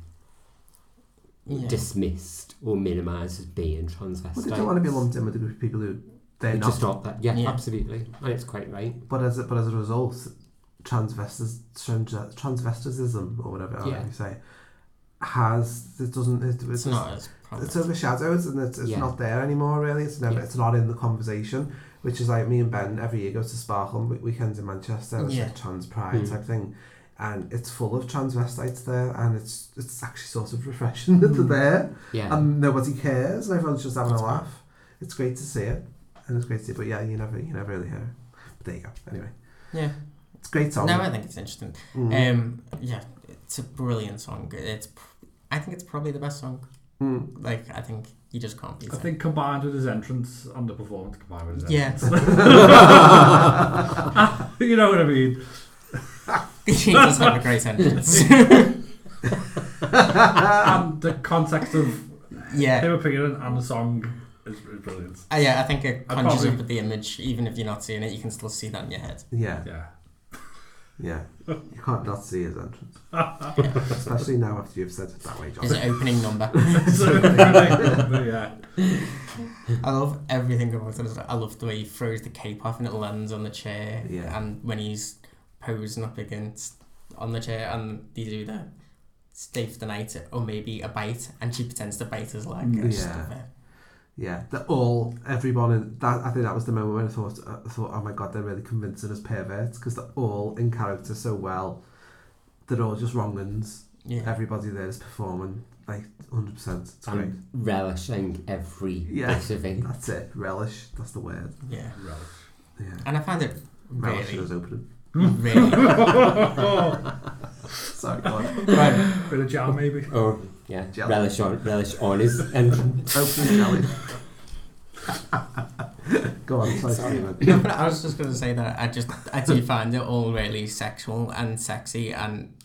S18: Yeah.
S20: dismissed or minimised as being transvestite.
S18: Well, they don't want to be lumped in with a group of people who they're
S20: They
S18: not.
S20: just aren't that. Yeah, absolutely, and it's quite right.
S18: But as a, but as a result, transvestis, trans, transvestism or whatever
S20: Yeah.
S18: you say has it doesn't it, it's,
S17: not as
S18: it's overshadowed and it's, it's
S20: Yeah.
S18: not there anymore really. It's never
S20: Yeah.
S18: it's not in the conversation. Which is like me and Ben every year goes to Sparkle on we- weekends in Manchester. and It's
S17: Yeah.
S18: like trans pride
S20: Mm.
S18: type thing. And it's full of transvestites there, and it's it's actually sort of refreshing that they're there,
S20: Hmm. Yeah.
S18: and nobody cares, and everyone's just having a laugh. It's great to see it, and it's great to see. It, but yeah, you never you never really hear it. But there you go. Anyway,
S17: Yeah.
S18: it's a great song.
S17: No,
S20: uh,
S17: I think it's interesting.
S18: Mm.
S17: Um, yeah, it's a brilliant song. It's, pr- I think it's probably the best song.
S18: Mm.
S17: Like I think you just can't beat
S2: I
S17: it.
S2: think combined with his entrance on the performance, combined with his
S17: Yeah.
S2: entrance. you know what I mean?
S17: He does have a great entrance.
S2: and the context of
S17: Yeah.
S2: him appearing and the song is, is brilliant.
S17: Uh, yeah, I think it
S2: I'd
S17: conjures
S2: probably-
S17: up with the image, even if you're not seeing it, you can still see that in your head.
S18: Yeah.
S2: Yeah.
S18: Yeah, you can't not see his entrance, especially now after you've said it that way, John.
S17: It's an opening number.
S2: It's an opening number, yeah.
S17: I love everything about it. I love the way he throws the cape off and it lands on the chair.
S18: Yeah.
S17: And when he's posing up against on the chair and they do the stave the night or maybe a bite and she pretends to bite his leg. I just love
S18: Yeah.
S17: it.
S18: Yeah, they're all everyone. In, that I think that was the moment when I thought, I thought, oh my god, they're really convincing us perverts because they're all in character so well. They're all just wrong uns.
S17: Yeah.
S18: Everybody there is performing like hundred percent. It's
S20: And
S18: great.
S20: relishing every
S18: Yeah,
S20: bit of it.
S18: that's it. Relish. That's the word.
S17: Yeah.
S2: Relish.
S18: Yeah.
S17: And I found it
S18: Relish
S17: really-
S18: those opening.
S17: Really.
S18: Sorry, go on.
S2: Right. Bit of jam, maybe.
S20: Oh, yeah.
S18: Jelly.
S20: Relish on, relish on his entrance.
S18: Opening jelly. Go on, sorry,
S17: Sorry.
S18: Stephen.
S17: No, but I was just going to say that I just I do find it all really sexual and sexy and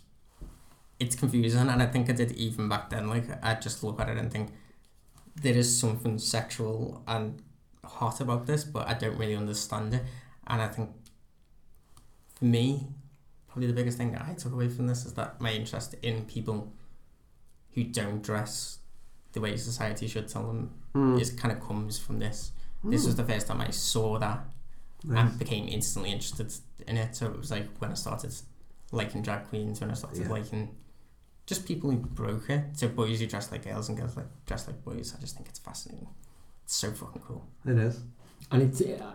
S17: it's confusing and I think I did even back then like I just look at it and think there is something sexual and hot about this but I don't really understand it and I think for me probably the biggest thing that I took away from this is that my interest in people who don't dress the way society should tell them
S18: Mm.
S17: is kind of comes from this. This was
S18: Mm.
S17: the first time I saw that
S18: Nice.
S17: and became instantly interested in it. So it was like when I started liking drag queens, when I started
S18: Yeah.
S17: liking just people who broke it. So boys who dress like girls and girls like dress like boys. I just think it's fascinating. It's so fucking cool.
S18: It is.
S20: And it's, uh,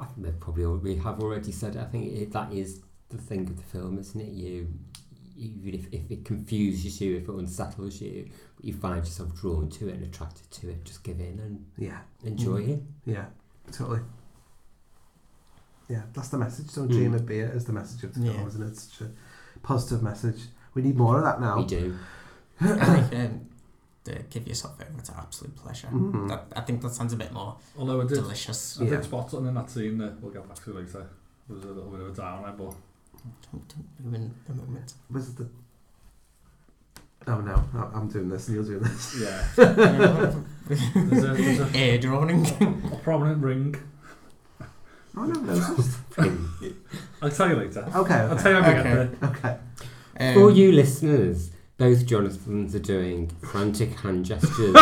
S20: I think they probably al- we have already said. It. I think it, that is the thing of the film, isn't it? You, even if, if it confuses you, if it unsettles you, you find yourself drawn to it and attracted to it. Just give in and
S18: Yeah.
S20: enjoy it.
S18: Yeah, totally. Yeah, that's the message. Don't
S20: Mm.
S18: dream of beer is the message of the film,
S17: Yeah.
S18: isn't it? Such a positive message. We need more of that now.
S20: We do.
S17: I think um, the give yourself over to absolute pleasure.
S18: Mhm.
S17: That, I think that sounds a bit more
S2: Although I did,
S17: delicious.
S2: I did spot something in that scene that we'll get back to later. There was a little bit of a downer, but
S17: Don't, don't ruin the moment.
S18: Was it the? Oh no, I- I'm doing this. Neil's doing this.
S2: yeah. there's a, there's a,
S17: Air drawing.
S2: a prominent ring.
S18: I never noticed.
S2: I'll tell you later.
S18: Okay,
S2: I'll
S18: okay.
S2: tell you when we get
S18: Oh, Okay.
S2: there.
S18: Okay.
S17: Um,
S20: For you listeners, both Jonathans are doing frantic hand gestures,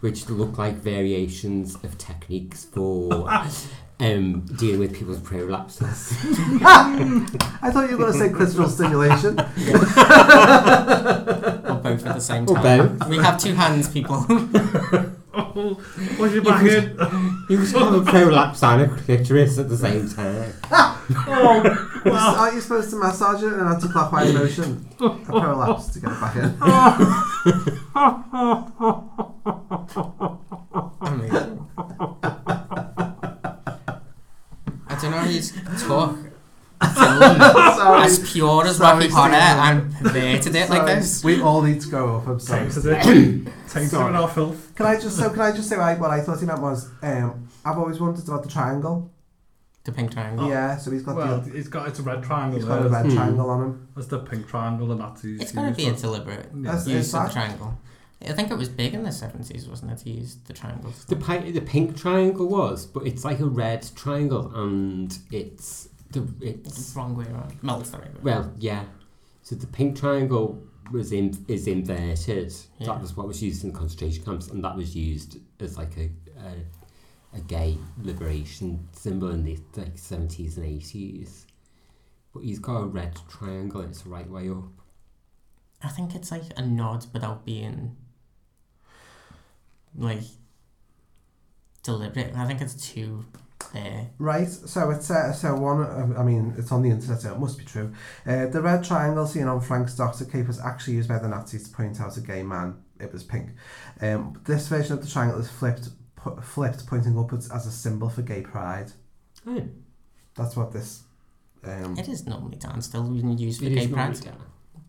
S20: which look like variations of techniques for um, dealing with people's prolapses.
S18: I thought you were going to say clitoral stimulation.
S17: or both at the same
S20: Or
S17: time. We have two hands, people.
S2: Oh, What's your
S20: back in? You just have a prolapse and a clitoris at the same time.
S18: oh, Aren't you supposed to massage it in an anti-clockwise motion? A prolapse to get it back in.
S17: I mean, I don't know how you talk.
S18: Sorry.
S17: Film as pure as
S18: Sorry,
S17: Rocky Horror
S18: Stephen.
S17: and perverted it like
S18: Sorry.
S17: this.
S18: We all need to grow up. I'm sorry.
S2: Thanks, Stephen. Thanks, Stephen, our filth.
S18: Can I just so can I just say right, what I thought he meant was um, I've always wondered about the triangle.
S17: The pink triangle.
S18: Yeah, so he's got
S2: Oh. well,
S18: the
S2: it's got it's a red triangle.
S18: He's got
S2: there.
S18: a red Hmm. triangle on him.
S2: That's the pink triangle, the Nazis.
S17: It's going to be a deliberate
S18: That's- it's
S17: use of
S18: like-
S17: the triangle. I think it was big in the 70s, wasn't it? He used the triangle.
S20: The, pi- the pink triangle was, but it's like a red triangle, and it's the it's
S17: It's the wrong way around. No, it's the right way
S20: Well, yeah. So the pink triangle was in is inverted.
S17: Yeah.
S20: That was what was used in concentration camps, and that was used as like a a, a gay liberation symbol in the like seventies and eighties. But he's got a red triangle. It's right way up.
S17: I think it's like a nod without being like deliberate. I think it's too uh,
S18: Right, so it's uh, so one. um, I mean, it's on the internet, so it must be true. Uh, the red triangle seen on Frank's doctor cape was actually used by the Nazis to point out a gay man. It was pink. Um, this version of the triangle is flipped, pu- flipped, pointing upwards as a symbol for gay pride.
S20: Oh,
S18: That's what this. Um,
S17: It is normally done still being used for
S20: It is
S17: gay pride.
S20: normally done.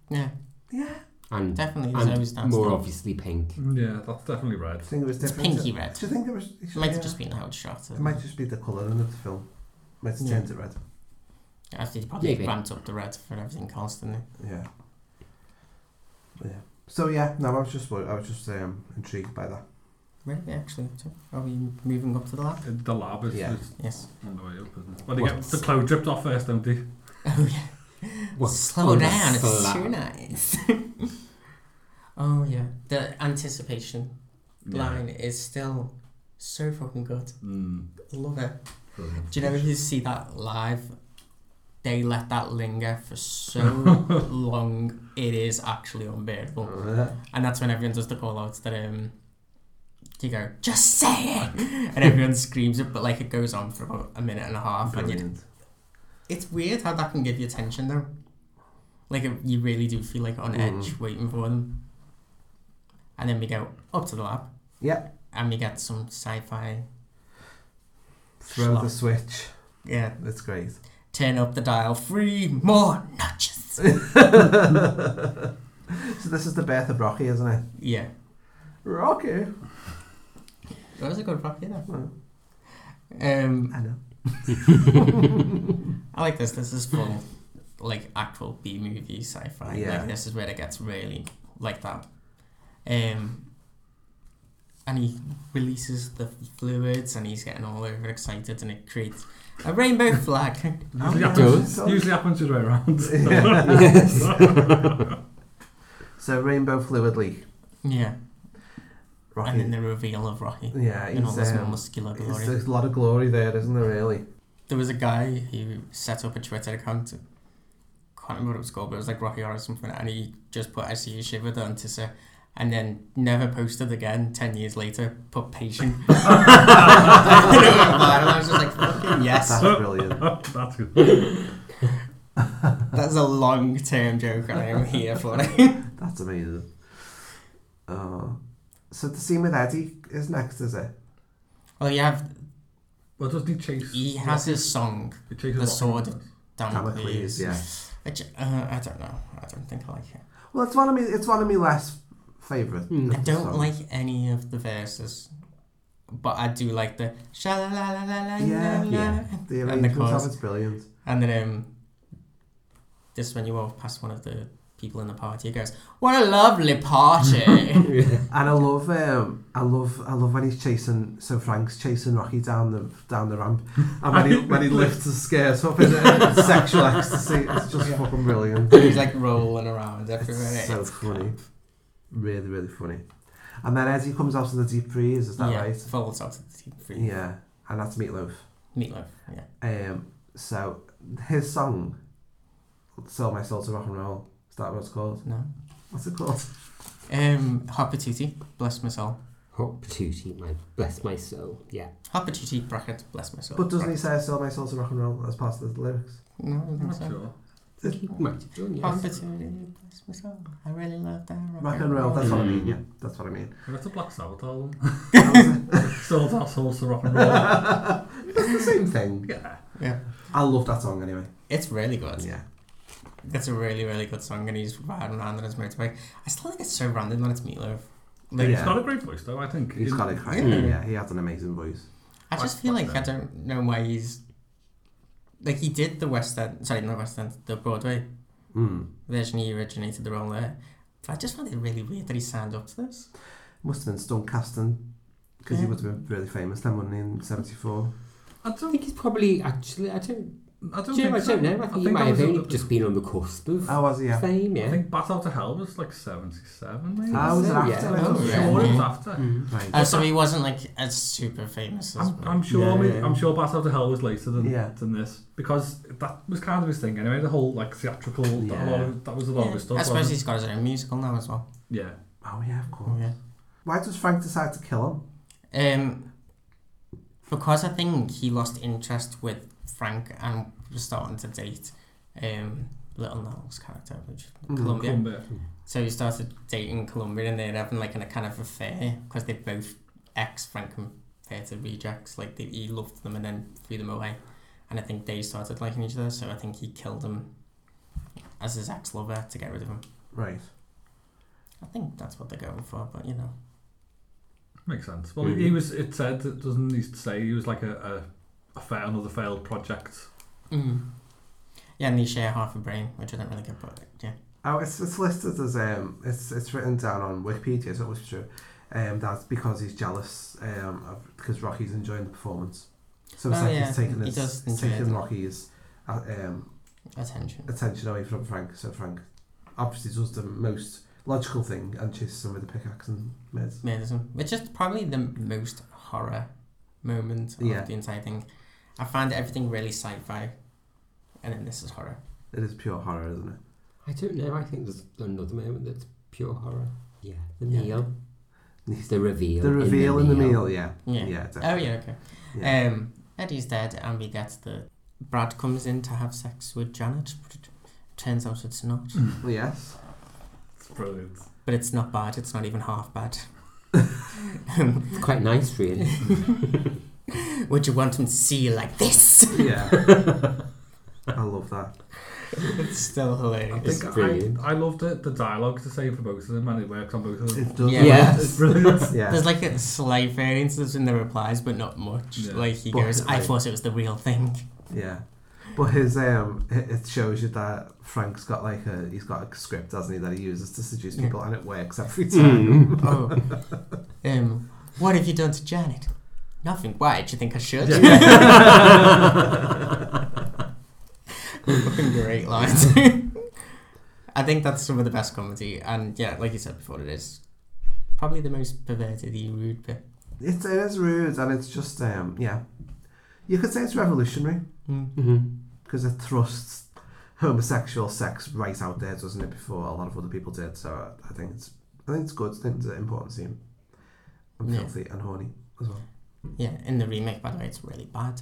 S17: Yeah.
S18: Yeah.
S20: And
S17: Definitely is
S20: and
S17: always done
S20: more
S17: still.
S20: obviously pink.
S2: Mm, Yeah, that's definitely red.
S18: I think it was
S17: It's
S18: different.
S17: pinky red.
S18: Do you think it was?
S17: It might have just been how it's shot.
S18: It might just be the colouring of the film. Might have
S17: Yeah.
S18: turned it red.
S17: I think they probably
S20: Maybe.
S17: ramped up the red for everything constantly.
S18: Yeah. Yeah. So yeah, no, I was just wor- I was just um, intrigued by that.
S17: Right, yeah, actually. So are we moving up to the lab?
S2: The lab is
S18: Yeah.
S2: is
S17: Yes.
S2: on the way up, isn't it? Well, they
S20: What?
S2: get the clothes dripped off first, don't they?
S17: Oh yeah.
S20: What's
S17: Slow
S20: on the
S17: down, it's too
S20: slab?
S17: nice. oh yeah. The anticipation
S2: Yeah.
S17: line is still so fucking good.
S2: Mm.
S17: Love it.
S2: Brilliant.
S17: Do you know if you see that live? They let that linger for so long. It is actually unbearable,
S18: Oh, Yeah.
S17: and that's when everyone does the call outs that um, you go just say it, and everyone screams it, but like it goes on for about a minute and a half, and you,
S18: Brilliant.
S17: it's weird how that can give you tension though. Like it, you really do feel like on
S18: Mm.
S17: edge waiting for them, and then we go up to the lab,
S18: Yeah.
S17: and we get some sci-fi.
S18: Throw the
S17: schlock.
S18: switch.
S17: Yeah,
S18: It's great.
S17: turn up the dial three more notches.
S18: So this is the birth of Rocky, isn't it?
S17: yeah,
S18: Rocky.
S17: that was a good rock, yeah. Um,
S18: I know.
S17: I like this. This is full, like actual B movie sci-fi.
S18: Yeah.
S17: Like this is where it gets really like that. Um, and he releases the fluids, and he's getting all over excited, and it creates a rainbow flag.
S18: Oh,
S2: Usually,
S18: yeah.
S2: happens,
S18: Does.
S2: usually happens the other way around.
S18: Yes. So rainbow fluid leak.
S17: yeah,
S18: Rocky.
S17: and then the reveal of Rocky.
S18: yeah,
S17: in all
S18: he's,
S17: his
S18: um,
S17: muscular
S18: he's-
S17: glory.
S18: there's a lot of glory there, isn't there? Really.
S17: There was a guy who set up a Twitter account. Can't remember what it was called, but it was like Rocky Horror or something, and he just put "I see you shiver" down to say, and then never posted again 10 years later put patient And it went viral. I was just like fucking yes
S18: That's brilliant.
S2: That's good.
S17: that's a long term joke and I am here for it
S18: That's amazing. Uh, so the scene with Eddie is next, is it?
S17: well you have
S2: well doesn't he chase
S17: he has his song
S2: He chases
S17: the
S2: Rocky.
S17: sword of Damocles
S18: Damocles, yeah.
S17: which uh, I don't know I don't think I like it
S18: Well, it's one of me. It's one of me less favorite.
S17: Hmm. I don't like any of the verses, but I do like the sha la la la la la
S18: Yeah, yeah. The
S17: and the
S18: arrangements of
S17: chorus.
S18: it's brilliant.
S17: And then um, just when you walk past one of the people in the party, it goes, "What a lovely party!"
S18: and I love, um, I love, I love when he's chasing. So Frank's chasing Rocky down the down the ramp, and when he when he lifts his skirt up in uh, sexual ecstasy, it's just fucking brilliant.
S17: He's like rolling around everywhere.
S18: It's so funny, really, really funny. And then Eddie comes out of the deep freeze. Is that
S17: yeah,
S18: right?
S17: folds out to the deep freeze.
S18: Yeah, and that's Meatloaf.
S17: meatloaf. Yeah,
S18: Um, so his song, "Sell My Soul to Rock and Roll," is that what it's called?
S17: no.
S18: What's it called?
S17: Um, hot patootie, bless my soul.
S20: Hot Oh, patootie, my bless my soul. Yeah.
S17: Hot patootie bracket, bless my soul.
S18: But doesn't he
S17: bracket.
S18: say "Sell My Soul to Rock and Roll" as part of the lyrics?
S17: No, I don't think
S2: I'm
S17: so.
S2: not sure.
S20: Might have done, yes.
S17: Opportunity, bless my soul. I really love that
S18: Rock and roll, that's what I mean, yeah, that's what I mean.
S2: Yeah, That's a Black Sabbath album.
S18: That
S2: Sold our souls to rock and roll.
S18: It's the same thing.
S2: Yeah.
S17: Yeah,
S18: I love that song anyway.
S17: it's really good.
S18: Yeah.
S17: That's a really, really good song, and he's riding around on his motorbike. I still think it's so random that it's Meatloaf. Like,
S2: He's
S18: Yeah.
S2: got a great voice though, I think.
S18: He's got it crazy.
S17: Yeah.
S18: Yeah. he has an amazing voice.
S17: I just feel like I don't know why he's like he did the West End, sorry, not West End, the Broadway
S18: Hmm.
S17: version. He originated the role there, but I just found it really weird that he signed up to this.
S18: Must have been stunt casting, because he
S17: Yeah.
S18: would have been really famous then, wouldn't he, in 74?
S2: I
S20: I
S2: don't
S20: think he's probably actually. I don't.
S2: I don't
S20: do you
S2: think
S20: know, I
S2: so.
S20: don't know. I think he
S2: that
S20: might have
S2: was a-
S20: only just been on the cusp of
S18: Oh, was he? Yeah.
S20: fame.
S2: I
S20: Yeah.
S2: think Bat Out of Hell was like 77 maybe.
S18: Ah, was it
S20: so,
S18: after?
S20: yeah.
S18: I
S17: Oh,
S18: don't
S17: yeah.
S18: know.
S2: sure it was after.
S20: Mm.
S18: Right.
S17: Uh, so he wasn't like as super famous. As
S2: I'm, I'm sure.
S20: Yeah,
S2: we-
S20: yeah.
S2: I'm sure. Pass Out of Hell was later than
S18: Yeah.
S2: than this because that was kind of his thing anyway. The whole like theatrical. That, a lot of, that was a lot of his stuff.
S17: I suppose
S2: wasn't it?
S17: he's got his own musical now as well.
S2: Yeah.
S18: Oh, yeah, of course.
S17: Yeah.
S18: Why does Frank decide to kill him?
S17: Um, because I think he lost interest with Frank and was starting to date um, Little Nell's character, which Columbia.
S2: Cumbia.
S17: So he started dating Columbia, and they're having like a kind of affair because they're both ex Frank and Peter rejects. Like they, he loved them and then threw them away, and I think they started liking each other. So I think he killed him as his ex lover to get rid of him.
S18: Right.
S17: I think that's what they're going for, but you know.
S2: Makes sense. Well, he was. It said it doesn't he say he was like a a, a fa another failed project.
S17: Mm. Yeah, and they share half a brain, which I don't really get, but yeah.
S18: Oh, it's, it's listed as um, it's it's written down on Wikipedia, so it was true. Um, that's because he's jealous um, of, because Rocky's enjoying the performance. So it's
S17: Oh,
S18: like
S17: yeah,
S18: he's taking
S17: he
S18: his,
S17: does enjoy
S18: he's
S17: it,
S18: taking
S17: doesn't he?
S18: Rocky's uh, um,
S17: Attention.
S18: attention away from Frank. So Frank obviously does the most logical thing and chases him with a pickaxe and meds.
S17: Madison, which is probably the most horror moment of
S18: Yeah.
S17: the entire thing. I find everything really sci fi, and then this is horror.
S18: It is pure horror, isn't it?
S20: I don't know. I think there's another moment that's pure horror. Yeah. The
S17: Yeah.
S20: meal. The reveal.
S18: The
S20: in
S18: reveal in the meal, yeah,
S17: Yeah. oh,
S18: definitely.
S17: yeah, okay.
S18: Yeah.
S17: Um, Eddie's dead, and we get the. Brad comes in to have sex with Janet, but it turns out it's not.
S18: Well, yes.
S2: It's brilliant.
S17: But it's not bad, it's not even half bad.
S20: It's quite nice, really.
S17: Would you want him to see you like this?
S18: Yeah. I love that.
S17: it's still
S2: I
S17: hilarious.
S2: think
S20: brilliant.
S2: I, I loved it. The dialogue is the same for both of them, and it works on both of them.
S18: It does.
S17: Yeah.
S2: It's
S20: Yes.
S2: brilliant.
S18: Yeah.
S17: There's like a slight variances in the replies, but not much.
S2: Yeah.
S17: Like he
S18: But,
S17: goes, "I
S18: like-
S17: thought it was the real thing."
S18: Yeah, but his um, it it shows you that Frank's got like a he's got a script, hasn't he, that he uses to seduce people, and it works every
S20: Hmm.
S18: time.
S17: Oh, um, what have you done to Janet? Nothing. Why? Do you think I should? Fucking great lines. I think that's some of the best comedy, and yeah, like you said before, it is probably the most perverted, rude bit.
S18: It's it is rude, and it's just um, yeah, you could say it's revolutionary
S20: Mhm.
S18: because it thrusts homosexual sex right out there, doesn't it? Before a lot of other people did, so I think it's I think it's good. I think it's an important scene. I'm filthy and horny as well.
S17: Yeah, in the remake, by the way, it's really bad.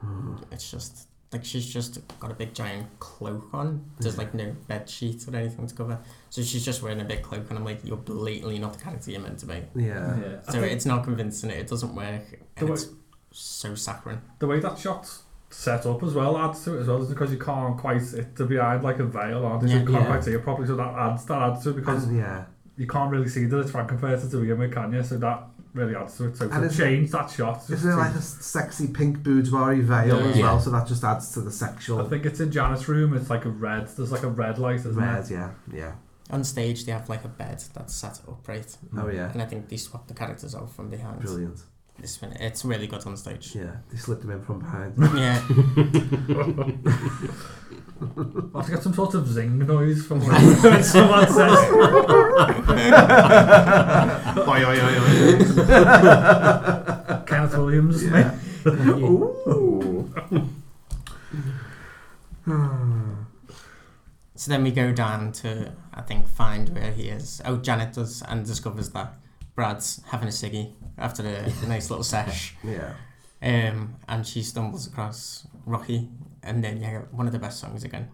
S2: Hmm.
S17: It's just like she's just got a big giant cloak on. There's like no bed sheet or anything to cover, so she's just wearing a big cloak, and I'm like, you're blatantly not the character you're meant to be.
S18: Yeah. Yeah, I
S17: So
S2: think-
S17: it's not convincing. It doesn't work,
S2: The
S17: and
S2: way-
S17: it's so saccharine.
S2: The way that shot's set up as well adds to it as well, isn't it? Because you can't quite it's behind like a veil, aren't it? So
S18: Yeah.
S2: you can't
S18: Yeah.
S2: quite see it properly, so that adds that adds to it because
S18: And, yeah.
S2: you can't really see that it's Frankenfurter to begin with, can you? So that really adds to it. So
S18: And
S2: to
S18: it's-
S2: change that shot. just
S18: Is there
S2: to-
S18: like a s- sexy pink boudoirie veil
S2: Yeah.
S18: as
S2: Yeah.
S18: well? So that just adds to the sexual.
S2: I think it's in Janet's room. It's like a red. There's like a red light, isn't
S18: Red,
S2: it?
S18: yeah, yeah.
S17: On stage, they have like a bed that's set upright.
S18: Oh, yeah.
S17: And I think they swap the characters out from behind.
S18: Brilliant.
S17: This one, it's really good on stage.
S18: Yeah, they slipped him in from behind.
S17: Yeah.
S2: I've got some sort of zing noise from when someone says.
S18: Oi, oi, oi, oi.
S2: Kenneth Williams,
S18: Yeah.
S2: mate.
S18: Ooh.
S17: so then we go down to, I think, find where he is. Oh, Janet does and discovers that Brad's having a ciggy after a, a nice little sesh.
S18: Yeah.
S17: Um, and she stumbles across Rocky, and then yeah, one of the best songs again.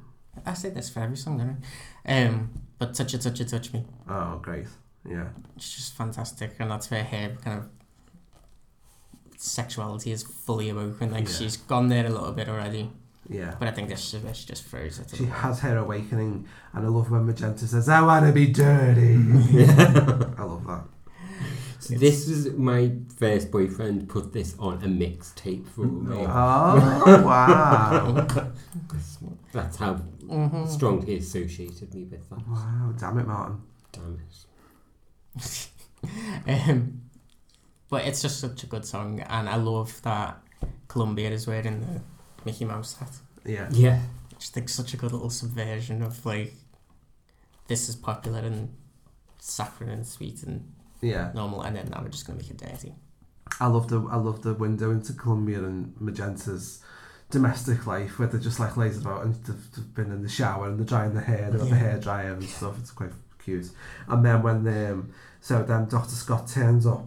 S17: I say this for every song, don't I? Um, but touch it, touch it, touch me.
S18: Oh, great. Yeah.
S17: It's just fantastic, and that's where her kind of sexuality is fully awoken. Like
S18: Yeah.
S17: she's gone there a little bit already.
S18: Yeah.
S17: But I think this is where she just throws it. to the
S18: She
S17: wall.
S18: has her awakening, and I love when Magenta says, "I want to be dirty." I love that.
S20: So this was my first boyfriend put this on a mixtape for
S18: Mm-hmm.
S20: me.
S18: Oh, wow.
S20: That's how
S18: Mhm.
S20: strongly associated me with that.
S18: Wow, damn it, Martin.
S20: Damn it.
S17: Um, but it's just such a good song, and I love that Columbia is wearing the Mickey Mouse hat.
S18: Yeah.
S20: Yeah.
S17: Just like such a good little subversion of like, this is popular and saccharine and sweet and
S18: Yeah.
S17: normal, and then now we're just gonna make it dirty.
S18: I love the I love the window into Columbia and Magenta's domestic life where they're just like lazy about and they've, they've been in the shower and they're drying their hair, they've got the
S17: Yeah.
S18: hair dryer and stuff. It's quite cute. And then when um so then Doctor Scott turns up.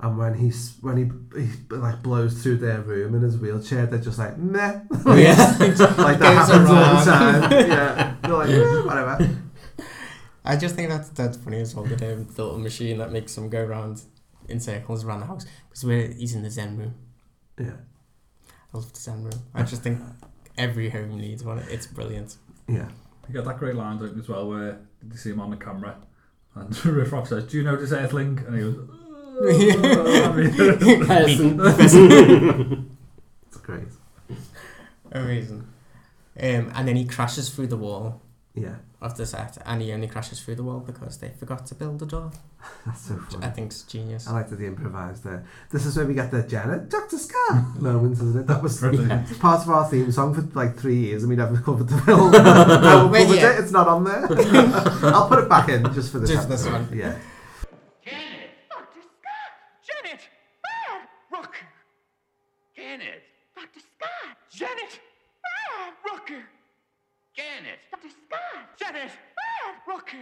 S18: And when he's when he, he like blows through their room in his wheelchair, they're just like meh,
S17: Yeah.
S18: like that
S17: Goes
S18: happens all the
S17: around.
S18: time. Yeah, they're like "Eh, whatever.
S17: I just think that's that's funny as well. The, um, the little machine that makes them go round in circles around the house because where he's in the Zen room.
S18: Yeah.
S17: I love the Zen room. I just think every home needs one. It's brilliant.
S18: Yeah.
S2: You got that great line don't you, as well where you see him on the camera and Riff Raff says, Do you know this Earthling? And he goes, "Uh, I mean,
S18: It's great.
S17: Amazing. Um, and then he crashes through the wall.
S18: Yeah.
S17: Of the set, and he only crashes through the wall because they forgot to build a door.
S18: That's so
S17: Which
S18: funny.
S17: I think's genius.
S18: I like that they improvised there. This is where we get the Janet Dr. Scott moments, isn't it? That was
S2: Brilliant.
S18: part of our theme song for like three years and we never covered the film. now we
S17: Wait,
S18: covered
S17: yeah.
S18: it, it's not on there. I'll put it back in just for this
S17: Just this
S18: episode.
S17: one.
S18: Yeah.
S14: Dr. Scott! Janet! Brad! Rocker! Janet! Dr. Scott! Janet! Brad! Rocker! Janet! Dr. Scott! Janet! Brad! Rocker!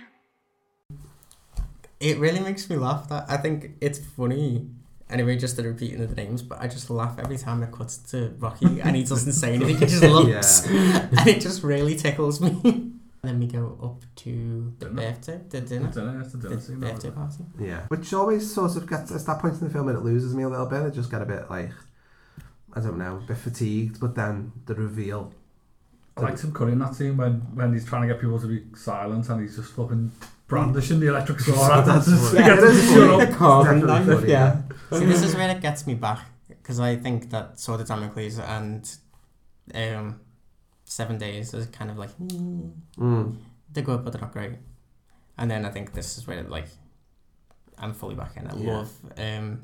S17: It really makes me laugh. That I think it's funny. Anyway, just the repeating of the names, but I just laugh every time it cuts to Rocky and he doesn't say anything. He just looks,
S18: Yeah.
S17: and it just really tickles me. and then we go up to the birthday, the dinner,
S2: The dinner, that's the dinner scene, that was
S17: birthday
S2: it.
S17: party.
S18: Yeah. Which always sort of gets, at that point in the film, when it loses me a little bit. I just get a bit like, I don't know, a bit fatigued, but then the reveal.
S2: I like some curry in that scene when, when he's trying to get people to be silent and he's just fucking brandishing the electric saw at them.
S18: That's
S2: Just
S18: funny.
S2: get them to
S18: That's
S2: shut
S18: funny.
S2: up.
S18: It's definitely
S20: knife,
S18: funny,
S20: yeah.
S17: See, this is where it gets me back because I think that Sword of Damocles and um, Seven Days is kind of like "Mm."
S18: Mm.
S17: they're good, but they're not great. And then I think this is where like I'm fully back in. I
S18: Yeah.
S17: love um,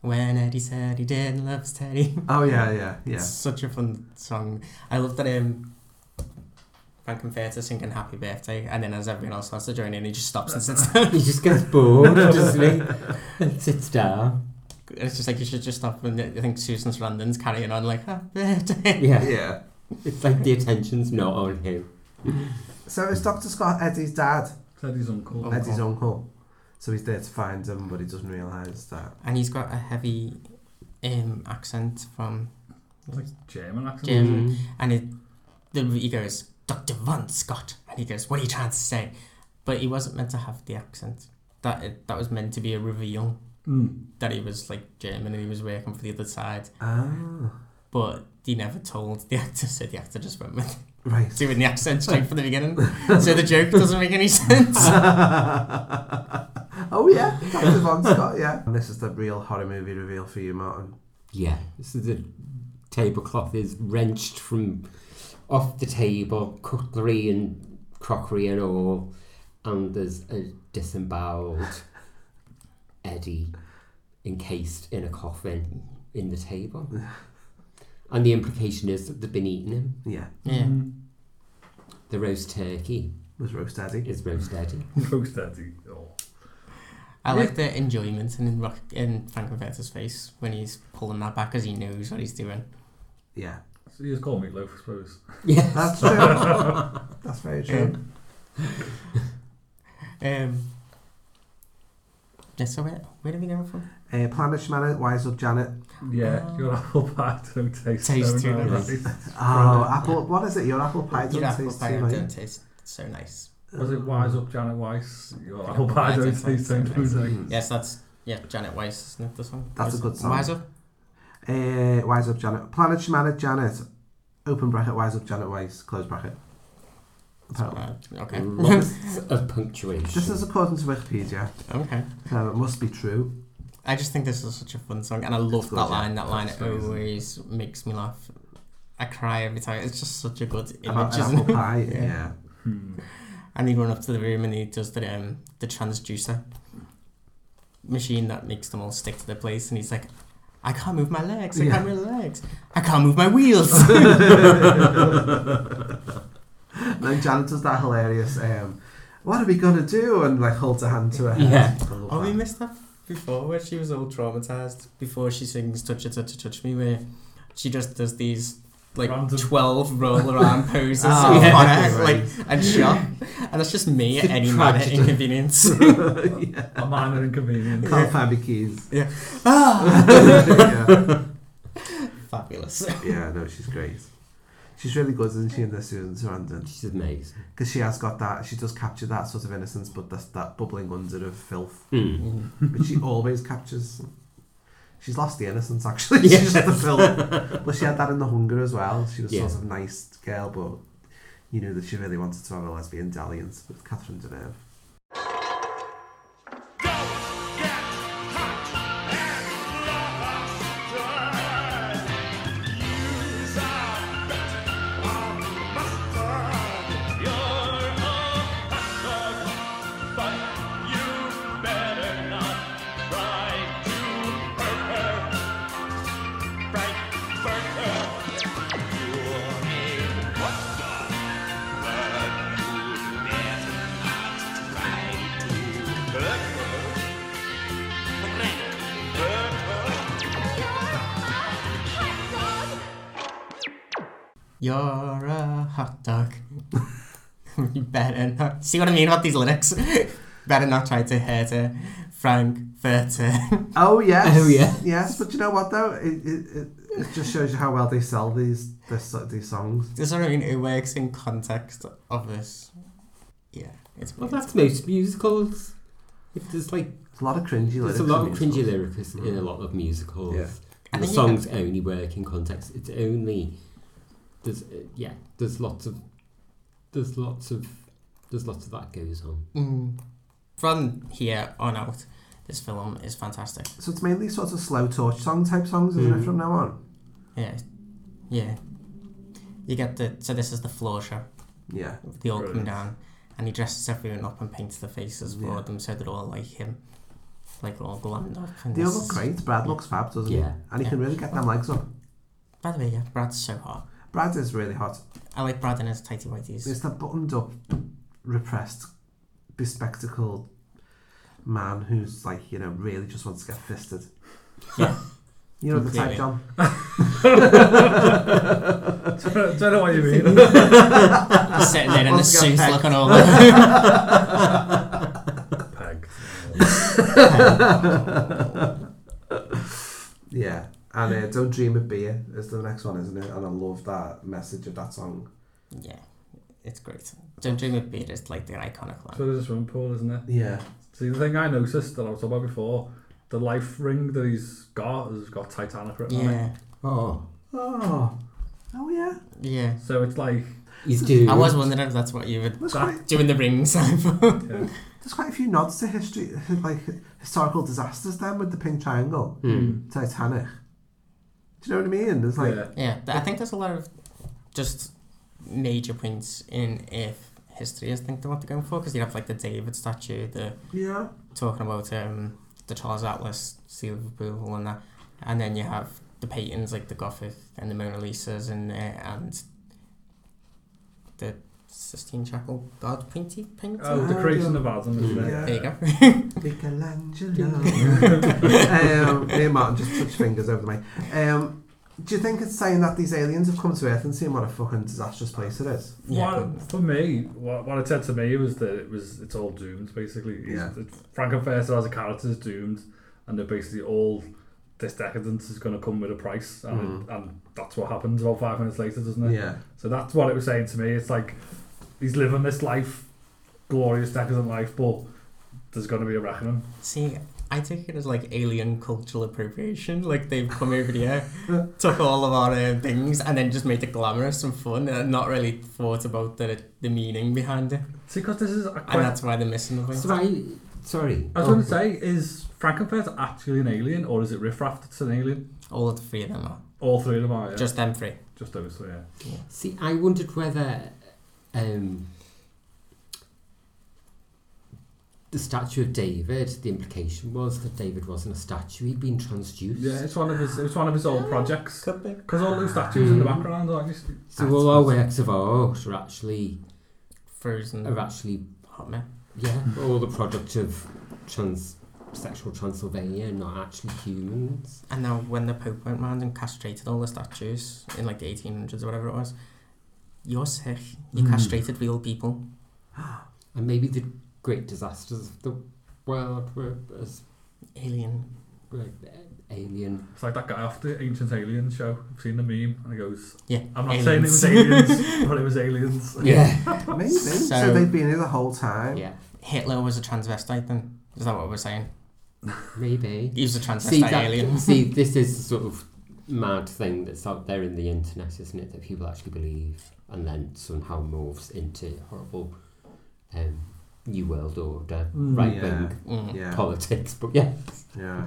S17: when Eddie said he didn't love his Teddy.
S18: Oh, yeah, yeah, yeah.
S17: It's such a fun song. I love that um, Frankenfurter singing Happy Birthday, and then as everyone else starts to join in, he just stops and sits down.
S20: He just gets bored, doesn't he? And sits down.
S17: It's just like you should just stop. And I think Susan Sarandon's carrying on like happy birthday.
S20: Yeah.
S18: Yeah.
S20: It's like the attention's not on him.
S18: So it's Dr. Scott Eddie's dad.
S2: Teddy's uncle.
S18: That's his uncle. So he's there to find him, but he doesn't realise that.
S17: And he's got a heavy um, accent from.
S2: Like German accent.
S18: Mm-hmm.
S17: German. And it, the, he goes, Dr. Von Scott. And he goes, What are you trying to say? But he wasn't meant to have the accent. That it, that was meant to be a reveal
S2: Mm.
S17: that he was like German and he was working for the other side.
S18: Ah.
S17: But he never told the actor, so the actor just went with
S18: Right.
S17: doing the accent straight from the beginning. so the joke doesn't make any sense.
S18: oh yeah, Dr. Von Scott. Yeah. And this is the real horror movie reveal for you, Martin.
S20: Yeah, this is the tablecloth is wrenched from off the table, cutlery and crockery and all, and there's a disemboweled Eddie encased in a coffin in the table. And the implication is that they've been eating him.
S18: Yeah.
S17: Yeah. Mhm.
S20: The roast turkey.
S18: Was roast Eddie.
S20: Is roast Eddie.
S2: Roast Eddie. Oh.
S17: I like the enjoyment in Rock in Frankenfurter's face when he's pulling that back because he knows what he's doing.
S18: Yeah.
S2: So you just call me loaf, I suppose.
S20: Yes.
S18: That's true. That's very true.
S17: Um. Yeah, so where, where did we go from?
S18: Uh, Planet Schmanet, Wise Up Janet.
S2: Yeah, your apple pie don't taste,
S17: Taste
S2: so
S17: too
S2: nice.
S17: nice.
S18: Oh, apple. What is it? Your apple pie
S17: Your
S18: don't
S17: apple
S18: taste
S17: pie
S18: too nice.
S17: don't taste so nice.
S2: Was it Wise Up Janet Weiss? Your apple pie don't taste so nice.
S18: Mm.
S17: Yes, that's yeah, Janet Weiss, isn't it? This one.
S18: That's a
S17: Was-
S18: good song.
S17: Wise up.
S18: Uh, wise up, Janet. Planet Schmanet, Janet. Open bracket. Wise up, Janet. Wise. Close bracket. Apparently.
S17: Uh, Okay.
S20: Lots of punctuation.
S18: This is according to Wikipedia.
S17: Okay.
S18: So it must be true.
S17: I just think this is such a fun song, and I love
S18: good,
S17: that
S18: yeah.
S17: line. That line
S18: That's amazing.
S17: always makes me laugh. I cry every time. It's just such a good image.
S18: About an
S17: isn't
S18: apple
S17: it?
S18: pie. yeah.
S2: Hmm.
S17: And he run up to the room and he does the um, the transducer machine that makes them all stick to their place, and he's like, "I can't move my legs. I
S18: Yeah.
S17: can't move my legs. I can't move my wheels."
S18: And then Janet does that hilarious. Um, what are we gonna do? And like holds her hand to her head.
S20: Yeah.
S18: I love
S17: Oh, we
S18: that.
S17: missed that before where she was all traumatized before she sings Touch It, Touch It, Touch Me, where she just does these like 12 roll around poses
S18: Oh,
S17: and,
S18: yeah.
S17: fire, like,
S18: Right.
S17: and shot. And that's just me at any minor
S20: Tragedy.
S17: inconvenience.
S2: A minor inconvenience.
S18: Can't find the keys. Ah!
S17: yeah.
S18: yeah.
S17: Fabulous.
S18: Yeah, no, she's great. She's really good, isn't she, in this Susan Sarandon?
S20: She's amazing.
S18: Because she has got that, she does capture that sort of innocence, but that's that bubbling under of filth,
S20: Mm.
S18: which she always captures. She's lost the innocence, actually. She's just the filth. but she had that in The Hunger as well. She was
S20: Yeah.
S18: sort of nice girl, but you knew that she really wanted to have a lesbian dalliance with Catherine Deneuve.
S17: You're a hot dog. you better not. See what I mean about these lyrics? better not try to hurt her. Frank Furter.
S18: Oh yes,
S20: Oh, yeah.
S18: yes. But you know what though, it, it, it, it just shows you how well they sell these this, these songs.
S17: Does that mean it works in context of this? Yeah, it's
S20: Well,
S17: well,
S20: that's most musicals. If there's like
S18: It's a lot of cringy lyrics.
S20: There's a lot
S18: in
S20: of
S18: these
S20: cringy
S18: songs.
S20: lyrics in a lot of musicals.
S18: Yeah.
S20: And
S17: I
S20: the
S17: think
S20: songs only work in context. It's only there's uh, yeah there's lots of there's lots of there's lots of that goes on.
S17: mm, from here on out. This film is fantastic.
S18: So it's mainly sort of slow torch song type songs, isn't it?
S20: Mhm.
S18: From now on.
S17: Yeah, yeah. You get the so this is the floor show.
S18: Yeah.
S17: They all come
S2: Brilliant.
S17: down, and he dresses everyone up and paints their faces for
S18: Yeah.
S17: them so they're all like him, like all glammed up. And
S18: They all
S17: this
S18: look
S17: is-
S18: great. Brad looks fab, doesn't he?
S20: Yeah.
S18: And he can really get them legs up.
S17: By the way, yeah, Brad's so hot.
S18: Brad is really hot.
S17: I like Brad in his tighty whities.
S18: It's that buttoned up, repressed, bespectacled man who's like, you know, really just wants to get fisted.
S17: Yeah.
S18: You know the type,
S17: Completely.
S18: John?
S2: don't know what you mean.
S17: Just sitting there in the suit looking all
S2: Pegged.
S18: yeah, and uh, Don't Dream of Beer is the next one, isn't it? And I love that message of that song.
S17: Yeah, it's great. Don't Dream of Beer is like the iconic line.
S2: So there's a swimming pool, isn't there?
S18: Yeah.
S2: See, the thing I noticed that I was talking about before, the life ring that he's got has got Titanic written on
S17: Yeah.
S2: it.
S20: Oh.
S18: Oh. Oh, yeah.
S17: Yeah.
S2: So it's like.
S20: He's doomed.
S17: I was wondering if that's what you were
S18: That's quite-
S17: doing the ring sign for.
S18: There's quite a few nods to history, like historical disasters, then with the pink triangle,
S20: Hmm.
S18: Titanic. Do you know what I mean? There's like,
S17: Yeah, th- I think there's a lot of just major points in if history is think they what they're going for because you have like the David statue, the
S18: Yeah.
S17: talking about um the Charles Atlas seal of approval and that, and then you have the paintings like the Gothic and the Mona Lisa's and uh, and the Sistine Chapel God painting painting.
S2: Oh, the creation of Adam, isn't it?
S18: Yeah.
S17: There you go.
S18: Michelangelo. um, hey, Martin, just put your fingers over the mic. Um, do you think it's saying that these aliens have come to Earth and seen what a fucking disastrous place it is?
S2: What, for me, what, what it said to me was that it was it's all doomed basically.
S18: Yeah.
S2: Yeah. Frankenfurter as a character is doomed, and they're basically all this decadence is going to come with a price, and, it, and that's what happens about five minutes later, doesn't it?
S18: Yeah.
S2: So that's what it was saying to me. It's like he's living this life, glorious decadent life, but there's going to be a reckoning.
S17: See, I take it as like alien cultural appropriation. Like they've come over here, took all of our uh, things, and then just made it glamorous and fun, and not really thought about the the meaning behind it.
S2: See, because this is a
S17: and that's why they're missing the thing.
S20: Sorry. Sorry.
S2: I was going to say, is Frankenfurter actually an alien, or is it riffraff that's an alien?
S17: All three of them are.
S2: All three of them are. Yeah.
S17: Just them three.
S2: Just those three. Yeah.
S20: See, I wondered whether um, the statue of David, the implication was that David wasn't a statue, he'd been transduced.
S2: Yeah, it's one of his. It's one of his old projects.
S17: Because
S2: all those statues in the background are just.
S20: So all our works of art are actually
S17: Frozen.
S20: are actually
S17: hot man.
S20: Yeah, all the product of trans sexual Transylvania, not actually humans.
S17: And now, when the Pope went round and castrated all the statues in like the 1800s or whatever it was, you're sick. You
S20: Mm.
S17: castrated real people.
S20: And maybe the great disasters of the world were as
S17: alien,
S20: like, alien.
S2: It's like that guy off the Ancient Aliens show. I've seen the meme, and he goes,
S17: Yeah,
S2: I'm not
S17: aliens."
S2: saying it was aliens, but it was aliens."
S18: Amazing. So, they've been here the whole time.
S20: Yeah.
S17: Hitler was a transvestite then. Is that what we're saying?
S20: Maybe.
S17: He was a transvestite
S20: see, that-
S17: alien.
S20: see, this is the sort of mad thing that's out there in the internet, isn't it? That people actually believe and then somehow morphs into horrible um, New World Order,
S18: Mm,
S20: right wing
S18: yeah. Mm. Yeah.
S20: politics. But yeah.
S18: Yeah.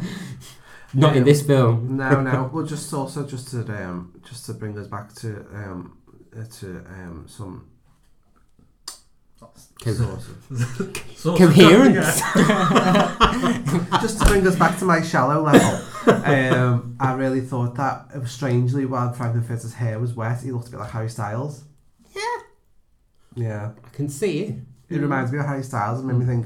S20: Not in
S18: Um,
S20: this film.
S18: no, no. Well, just also just to um, just to bring us back to um, uh, to um, some
S20: Co-
S18: sort of
S20: Sort of, Coherence.
S18: just to bring us back to my shallow level. Um, I really thought that uh, strangely, while Franklin Fitz's hair was wet, he looked a bit like Harry Styles. Yeah. Yeah.
S20: I can see it.
S18: It
S17: Mm.
S18: reminds me of Harry Styles and made me think.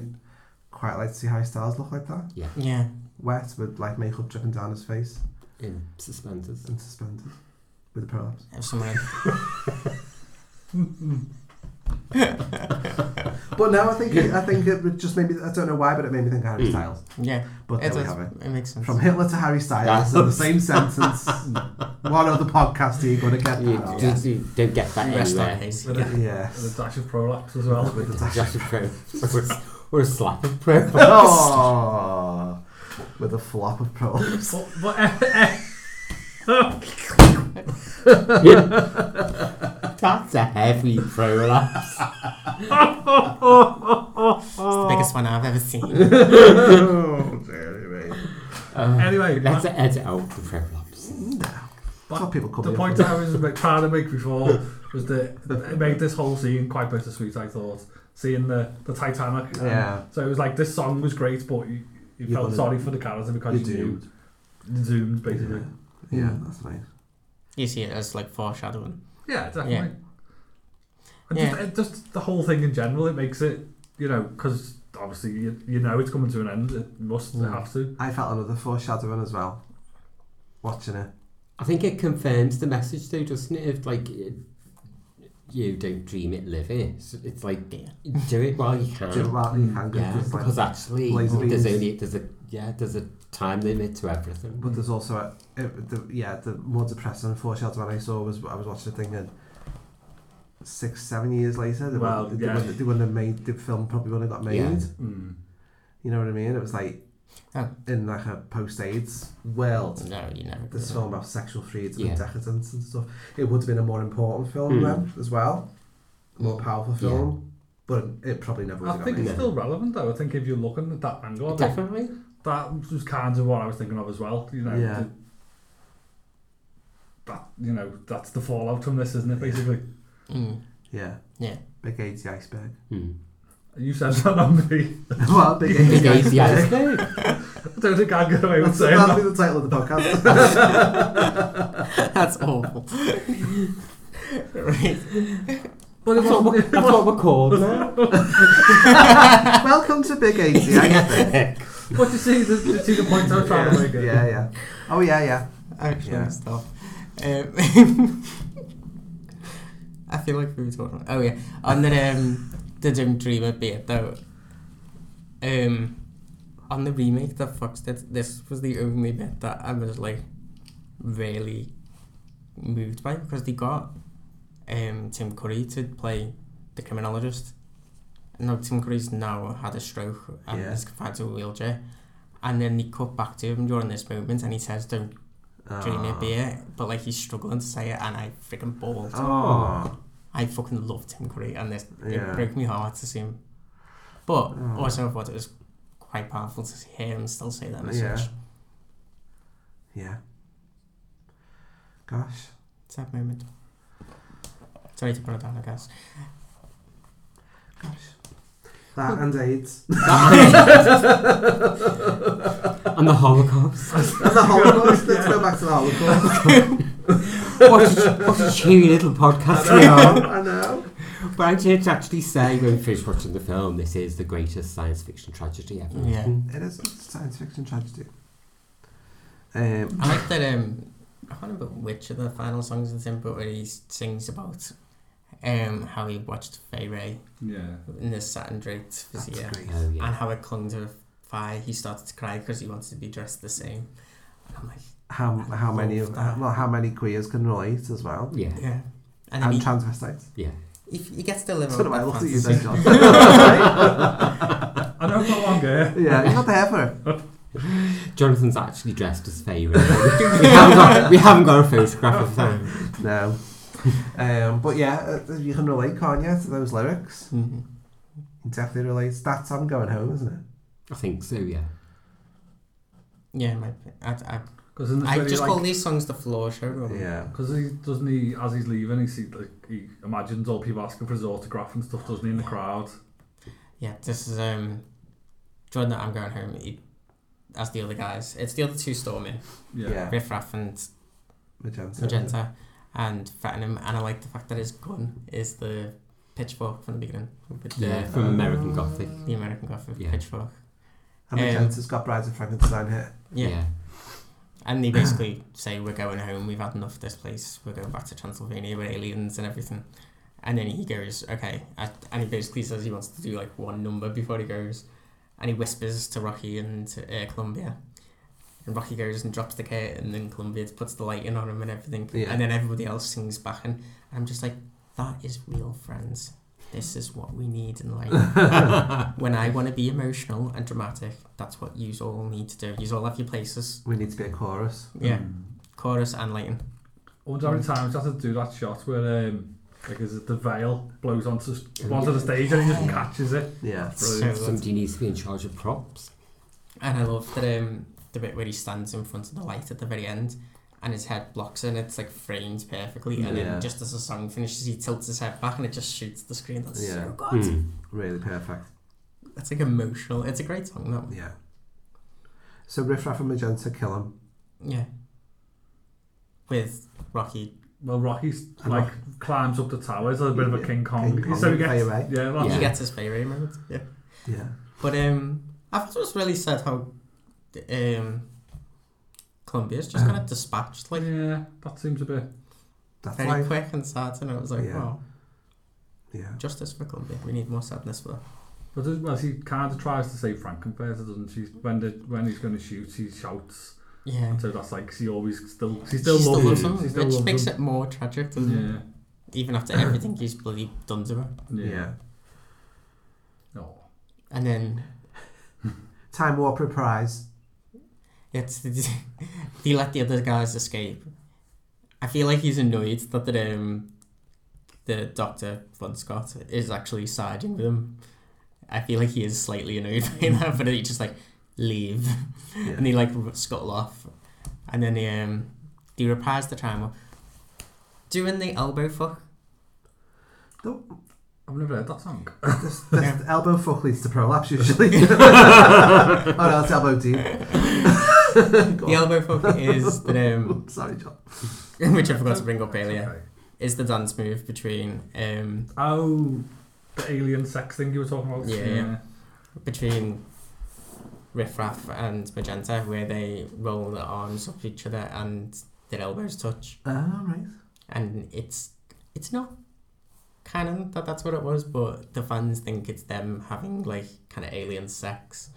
S18: Quite like to see Harry Styles look like that.
S20: Yeah.
S17: Yeah.
S18: Wet with like makeup dripping down his face.
S20: In suspenders.
S18: And suspenders. With a prolapse.
S17: If someone-
S18: But no, I think it, I think it would just made me. I don't know why, but it made me think of Harry Styles.
S17: Yeah,
S18: but there
S17: it
S18: we
S17: does.
S18: have it.
S17: It makes sense.
S18: From Hitler to Harry Styles in the same sentence. What other podcast are you going to get?
S20: You,
S18: that?
S20: just- you don't get that
S17: Rest
S20: anywhere.
S17: on his.
S2: With a,
S18: Yes.
S2: with a dash of prolapse as well.
S18: With the dash.
S20: Just a pro- or, a- or a slap of pro.
S18: Oh, with a flop of prolapse.
S2: but, but, eh, eh.
S20: That's a heavy prolapse.
S17: it's the biggest one I've ever seen.
S18: oh, dear me. Uh,
S2: anyway,
S20: Let's
S2: back-
S20: edit out the prolapse.
S18: That's what people call
S2: the
S18: me.
S2: point I was ma- trying to make before was that it made this whole scene quite bittersweet. I thought seeing the the Titanic. and-
S18: Yeah.
S2: So it was like this song was great, but you, you
S18: You
S2: felt
S18: wanted-
S2: sorry for the character because you
S18: you
S2: knew
S18: doomed.
S2: doomed basically.
S18: Yeah, that's nice.
S17: You see it as like foreshadowing.
S2: Yeah, definitely.
S17: Yeah.
S2: And
S17: Yeah.
S2: Just, it just the whole thing in general, it makes it, you know, because obviously you, you know it's coming to
S18: Mm.
S2: an end. It must, it has to.
S18: I felt another foreshadowing as well. Watching it.
S20: I think it confirms the message, though, doesn't it? If like it- you don't dream it, live it. So it's like do it while you can.
S18: Do it while you can, 'cause
S20: Yeah,
S18: there's, like,
S20: because actually,
S18: laser
S20: there's
S18: beams.
S20: only there's a yeah there's a time limit to everything.
S18: But there's also a, it, the, yeah the more depressing foreshadow one I saw was I was watching a thing and six seven years later they,
S2: Well,
S18: wouldn't, they,
S2: yeah.
S18: wouldn't, they wouldn't have made the film probably wouldn't have got made.
S20: Yeah.
S2: Mm.
S18: You know what I mean? It was like
S17: Oh.
S18: in like a post AIDS world.
S20: No, you never
S18: This
S20: could.
S18: film about sexual freedom
S20: Yeah.
S18: and decadence and stuff. It would have been a more important film
S20: Mm.
S18: then as well, more powerful film. But it probably never would have
S2: I
S18: got
S2: think
S18: made.
S2: it's still relevant though. I think if you're looking at that angle, of it,
S20: Definitely.
S2: that was kind of what I was thinking of as well. You know,
S18: Yeah.
S2: the- that you know that's the fallout from this, isn't it? Basically,
S17: Mm.
S18: Yeah.
S17: Yeah.
S18: Big AIDS the iceberg.
S20: Hmm.
S2: you said that on me.
S18: Well, Big A's the
S20: A's the
S18: iceberg.
S2: I don't think I'd get away with
S18: That's,
S2: saying
S18: that'll be
S2: that.
S18: the title of the podcast.
S17: That's awful. right.
S2: But it
S20: That's
S2: wasn't-
S20: what we're-
S2: it
S20: that's what we're called
S2: wasn't-
S18: Welcome to Big AIDS the iceberg.
S2: But you see, the, you see the point I was trying to
S18: yeah,
S2: make. it?
S18: yeah, yeah. Oh yeah, yeah.
S17: Actually,
S18: Yeah.
S17: stuff. Um, I feel like we were talking about. Oh yeah, on the um, the Jim Dreamer bit though. Um, on the remake that Fox did, this was the only bit that I was like really moved by because they got um Tim Curry to play the criminologist. Now Tim Curry's now had a stroke and
S18: Yeah.
S17: is confined to a wheelchair, and then they cut back to him during this moment and he says, "Don't dream it,
S18: Ah.
S17: beer," but like he's struggling to say it, and I freaking bawled.
S18: Ah.
S17: I fucking loved Tim Curry, and this
S18: Yeah.
S17: it broke my heart to see him. But
S18: Ah.
S17: also, I thought it was quite powerful to see him still say that message.
S18: Yeah. Yeah. Gosh.
S17: It's that moment. Sorry to put it down, I guess.
S18: That and AIDS.
S20: and the Holocaust.
S18: and the Holocaust. Let's go back to the Holocaust.
S20: what, a, what a cheery little podcast
S18: I
S20: we
S18: know,
S20: are.
S18: I know.
S20: But I'm here to actually say, when we finish watching the film, this is the greatest science fiction tragedy ever.
S17: Yeah.
S18: Mm. It is a science fiction tragedy. Um,
S17: I like that. Um, I can't remember which of the final songs of the tempo where he sings about um how he watched Fay Ray
S2: Yeah.
S17: in the satin draped vizier
S18: great.
S20: Oh, yeah.
S17: and how it clung to a fire. He started to cry because he wanted to be dressed the same. And I'm like,
S18: how how many of
S17: Love that.
S18: well how many queers can relate as well?
S20: Yeah.
S17: yeah. And
S18: And,
S17: then he,
S18: transvestites.
S20: Yeah.
S17: he, he gets to live
S18: That's what
S17: out
S18: I
S17: that
S18: looked at you
S17: fantasy.
S18: then, John. yeah,
S2: I know it's not eh? longer.
S18: you're not there for it.
S20: Jonathan's actually dressed as Faye. Ray. we, haven't got, we haven't got a photograph of that.
S18: No. Um, but yeah, uh, you can relate, can't you, to those lyrics?
S17: Mhm.
S18: You definitely relate. That's I'm going home, isn't it?
S20: I think so, yeah.
S17: Yeah, my, I, I,
S2: 'Cause in this
S17: I
S2: very,
S17: just
S2: like-
S17: call these songs the floor show.
S18: Yeah.
S2: Because he doesn't he as he's leaving, he see like he imagines all people asking for his autograph and stuff, doesn't he, in the crowd?
S17: Yeah, this is um, during that I'm going home. He, that's the other guys. It's the other two storming,
S2: Yeah.
S18: Yeah.
S17: Riff Raff and
S18: Magenta.
S17: Magenta, and threaten him. And I like the fact that his gun is the pitchfork from the beginning. with the-
S20: Yeah, from American Gothic.
S17: the American Gothic
S20: Yeah.
S17: pitchfork.
S18: And
S17: Um,
S18: Magenta's got Brides of Frankenstein here.
S17: Yeah.
S20: Yeah.
S17: And they basically say, We're going home, we've had enough of this place, we're going back to Transylvania with aliens and everything. And then he goes, Okay. I, and he basically says he wants to do like one number before he goes. And he whispers to Rocky and to uh, Columbia. And Rocky goes and drops the curtain, and then Columbia puts the lighting on him and everything.
S18: Yeah.
S17: And then everybody else sings back. And I'm just like, That is real friends. This is what we need in life. when I want to be emotional and dramatic, that's what you all need to do. You all have your places.
S18: We need to be a chorus.
S17: Yeah.
S2: Hmm.
S17: Chorus and lighting.
S2: I wonder how many times you had to do that shot where um like is it the veil blows onto s- onto the stage and he just catches it.
S18: Yeah.
S2: Brilliant.
S17: So-
S20: Somebody needs to be in charge of props.
S17: And I love that um, the bit where he stands in front of the light at the very end and his head blocks and it's like framed perfectly. And
S18: Yeah.
S17: then just as the song finishes, he tilts his head back and it just shoots the screen. That's
S18: Yeah.
S17: so good.
S20: Mm.
S18: Really perfect.
S17: That's like emotional. It's a great song, that one.
S18: Yeah. So Riff Raff and Magenta kill him.
S17: Yeah. With Rocky.
S2: Well Rocky's like climbs up the tower, it's a bit of a King Kong.
S18: King Kong,
S2: so he gets,
S18: fire away.
S2: yeah, that's
S17: He
S2: it.
S17: gets his favourite moment. Yeah.
S18: Yeah.
S17: But um, I thought it was really sad how um, Columbia. It's just kind of dispatched. Like
S2: yeah, that seems a bit
S17: very
S18: like-
S17: quick and sad. And I was like,
S2: Yeah.
S17: wow.
S18: Yeah.
S17: Justice for Columbia. We need more sadness for.
S2: But as well, she kind of tries to save Frankenfurter, doesn't she? When the, when he's going to shoot, she shouts.
S17: Yeah.
S2: And so that's like she always still she still
S17: She
S2: loves
S17: still loves
S2: him.
S17: him,
S2: She still
S17: which
S2: loves
S17: makes
S2: him.
S17: it more tragic, doesn't it?
S2: Yeah.
S17: Even after everything he's bloody done to her.
S2: Yeah. Oh,
S17: And then
S18: Time Warp reprise.
S17: it's he let the other guys escape. I feel like he's annoyed that the um, the doctor Von Scott is actually siding with him. I feel like he is slightly annoyed by
S2: Mm.
S17: that, but he just like leave, and he like r- scuttle off, and then he um he repairs the triangle, doing the elbow fuck.
S2: I've never heard that song.
S18: This, this elbow fuck leads to prolapse usually. oh no, it's elbow deep.
S17: the elbow fuck is the um,
S18: sorry, John,
S17: which I forgot to bring up earlier. Is the dance move between um,
S2: Oh, the alien sex thing you were talking about.
S17: yeah, between Riff Raff and Magenta, where they roll their arms up each other and their elbows touch.
S18: Ah, right.
S17: And it's it's not canon that that's what it was, but the fans think it's them having like kind of alien sex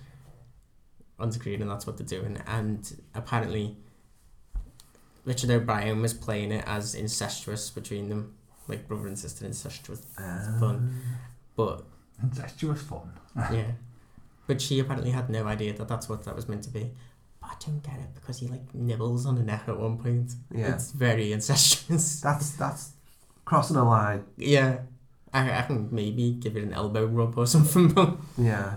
S17: on screen, and that's what they're doing. And apparently, Richard O'Brien was playing it as incestuous between them, like brother and sister incestuous
S18: Uh,
S17: fun, but
S2: incestuous fun.
S17: yeah, but she apparently had no idea that that's what that was meant to be. But I don't get it because he like nibbles on the neck at one point.
S18: Yeah.
S17: it's very incestuous.
S18: That's that's crossing a line.
S17: Yeah, I, I can maybe give it an elbow rub or something.
S18: Yeah.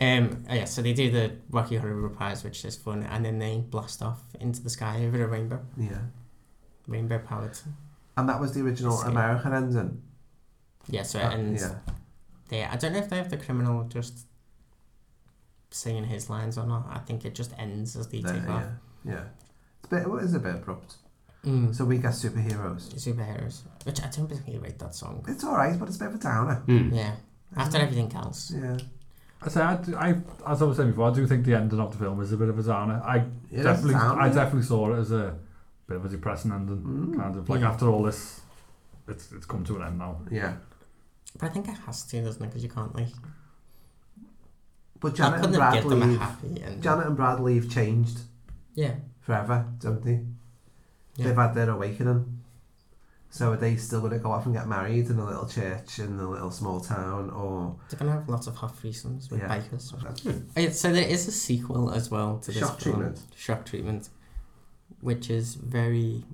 S17: Um. oh yeah. So they do the Rocky Horror reprise, which is fun, and then they blast off into the sky over the rainbow.
S18: Yeah.
S17: Rainbow powered.
S18: And that was the original
S17: Escape.
S18: American ending.
S17: Yeah. So it
S18: Uh,
S17: ends.
S18: yeah.
S17: They. I don't know if they have the criminal just singing his lines or not. I think it just ends as they
S18: There,
S17: take off.
S18: Uh, yeah. Yeah. It's a bit, it is a bit abrupt.
S17: Mm.
S18: So we get superheroes.
S17: Superheroes, which I don't particularly rate that song.
S18: It's alright, but it's a bit of a downer.
S20: Hmm.
S17: Yeah. After everything else.
S18: Yeah.
S2: I say, I, do- I, as I was saying before, I do think the ending of the film is a bit of a downer. I
S18: It is
S2: definitely,
S18: downer.
S2: I definitely saw it as a bit of a depressing ending, kind of like
S17: Yeah.
S2: after all this, it's it's come to an end now.
S18: Yeah.
S17: But I think it has to, doesn't it? Because you can't like.
S18: But
S17: I
S18: Janet and
S17: couldn't
S18: Brad
S17: give them a
S18: leave.
S17: happy ending.
S18: Janet and Brad leave changed.
S17: Yeah.
S18: Forever, don't they?
S17: Yeah.
S18: They've had their awakening. So are they still going to go off and get married in a little church in a little small town, or
S17: They're gonna have lots of hot threesomes with
S18: Yeah.
S17: bikers. Oh, yeah, so there is a sequel as well to this
S18: Shock
S17: film,
S18: Treatment.
S17: Shock treatment, which is very,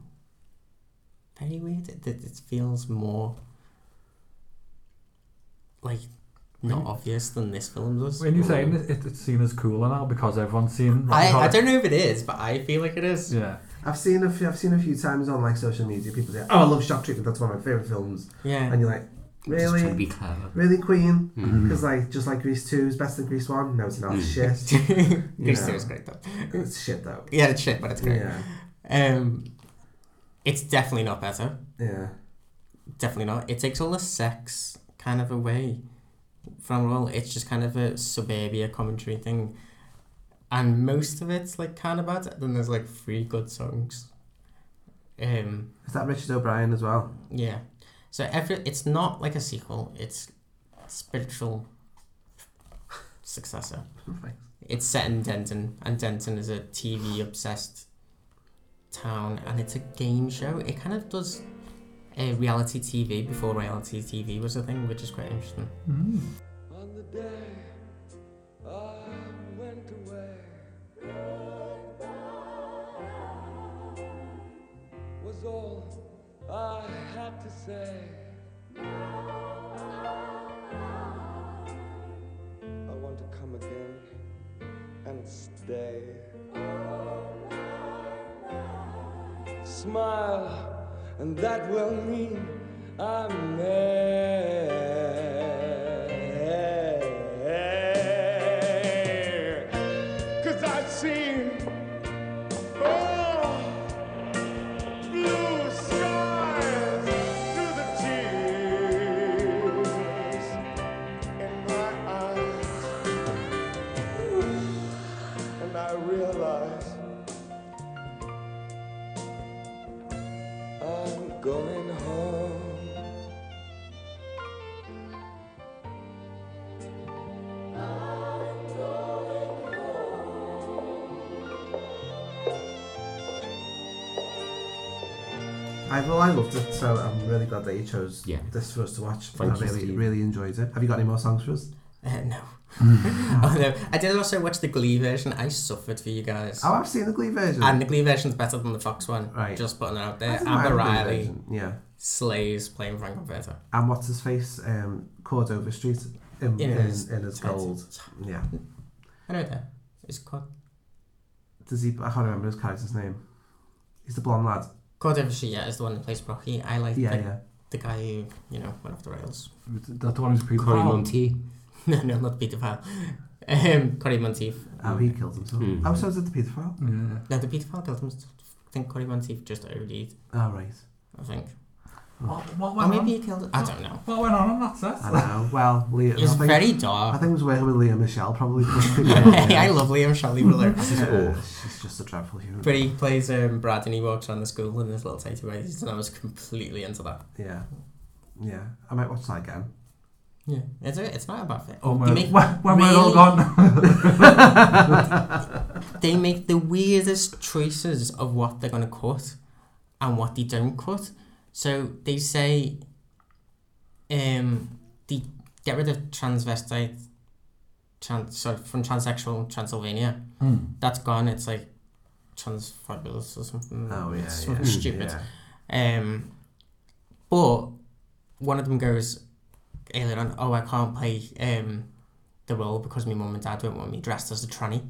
S17: very weird. It, it, it feels more like not obvious than this film does.
S2: When you're saying it, it, it's seen as cooler now because everyone's seen. Rocky
S17: I, I
S2: Horror-
S17: don't know if it is, but I feel like it is.
S2: Yeah.
S18: I've seen a few, I've seen a few times on like social media people say, "Oh, I love Shock Treatment. That's one of my favorite films."
S17: Yeah.
S18: and you're like,
S20: Just
S18: "Really?
S20: trying to be clever.
S18: Really, Queen?"
S2: Mm-hmm.
S20: Mhm.
S18: Because like, just like Grease Two is better than Grease One. No, it's
S17: Hmm.
S18: not. It's shit. You
S17: Grease
S18: know.
S17: 2 is great though.
S18: It's shit though.
S17: Yeah, it's shit, but it's great.
S18: Yeah.
S17: Um, it's definitely not better.
S18: Yeah.
S17: Definitely not. It takes all the sex kind of away from it all. It's just kind of a suburbia commentary thing. And most of it's like kind of bad. Then there's like three good songs. Um,
S18: Is that Richard O'Brien as well?
S17: yeah. So every it's not like a sequel. It's spiritual successor. It's set in Denton, and Denton is a TV obsessed town, and it's a game show. It kind of does a reality TV before reality TV was a thing, which is quite interesting.
S14: On the day I went away, was all I had to say. I want to come again and stay. Smile, and that will mean I'm there. Cause I've seen oh, blue skies through the tears in my eyes. And I realize
S7: going home.
S18: I well, I loved it, so I'm really glad that you chose
S20: Yeah.
S18: this for us to watch.
S20: Thank
S18: I
S20: you,
S18: really,
S20: Steve.
S18: really enjoyed it. Have you got any more songs for us?
S17: Uh, no. oh no! I did also watch the Glee version. I suffered for you guys.
S18: Oh, I've seen the Glee version.
S17: And uh, the Glee version's better than the Fox one. Right. Just putting it out
S18: I
S17: there.
S18: didn't mind
S17: Amber
S18: the Glee
S17: Riley.
S18: version, yeah.
S17: Slays playing Frankenfurter.
S18: And what's his face? Um, Cordova Street in in,
S17: In
S18: in,
S17: his
S18: his, gold. Yeah.
S17: I know that. It's called
S18: Does he? I can't remember his character's name. He's the blonde lad.
S17: Cordova Shia is the one that plays Rocky. I like
S18: Yeah,
S17: the,
S18: yeah.
S17: the guy who, you know, went off the rails.
S2: That's the one who's Peter
S20: Cory
S2: Pan.
S20: Monteith.
S17: No, no, not paedophile. Um, Cory Monteith.
S18: Oh, he killed himself.
S17: Hmm.
S18: Oh, so did the paedophile.
S2: Yeah.
S17: No, the paedophile killed himself. I think Cory Monteith just OD'd.
S18: Oh, right.
S17: I think.
S2: What, Oh, what
S18: Oh
S17: Or
S2: went
S17: maybe
S2: on?
S17: he killed. I don't know.
S2: What went on on that set?
S18: I know. Well, Leo.
S17: It's
S18: I think-
S17: very dark.
S18: I think it was where with Leo Michelle probably.
S17: I love Leo Michele, leave her alone. She's
S18: Yeah,
S17: awful.
S18: she's just a dreadful human.
S17: But he plays um, Brad and he walks around the school in his little tighty whities, and I was completely into that.
S18: Yeah. Yeah. I might watch that again.
S17: Yeah, it's, a, it's not a bad thing.
S18: Oh,
S17: They
S18: my-
S17: make
S18: when- when we're all gone.
S17: they make the weirdest choices of what they're going to cut and what they don't cut. So they say um, they get rid of transvestite, trans, sorry, from transsexual Transylvania.
S8: Hmm.
S17: That's gone. It's like transfabulous or something.
S18: Oh, yeah,
S17: It's something
S18: yeah,
S17: stupid.
S18: yeah.
S17: Um, but one of them goes earlier on, oh, I can't play um, the role because my mum and dad don't want me dressed as a tranny.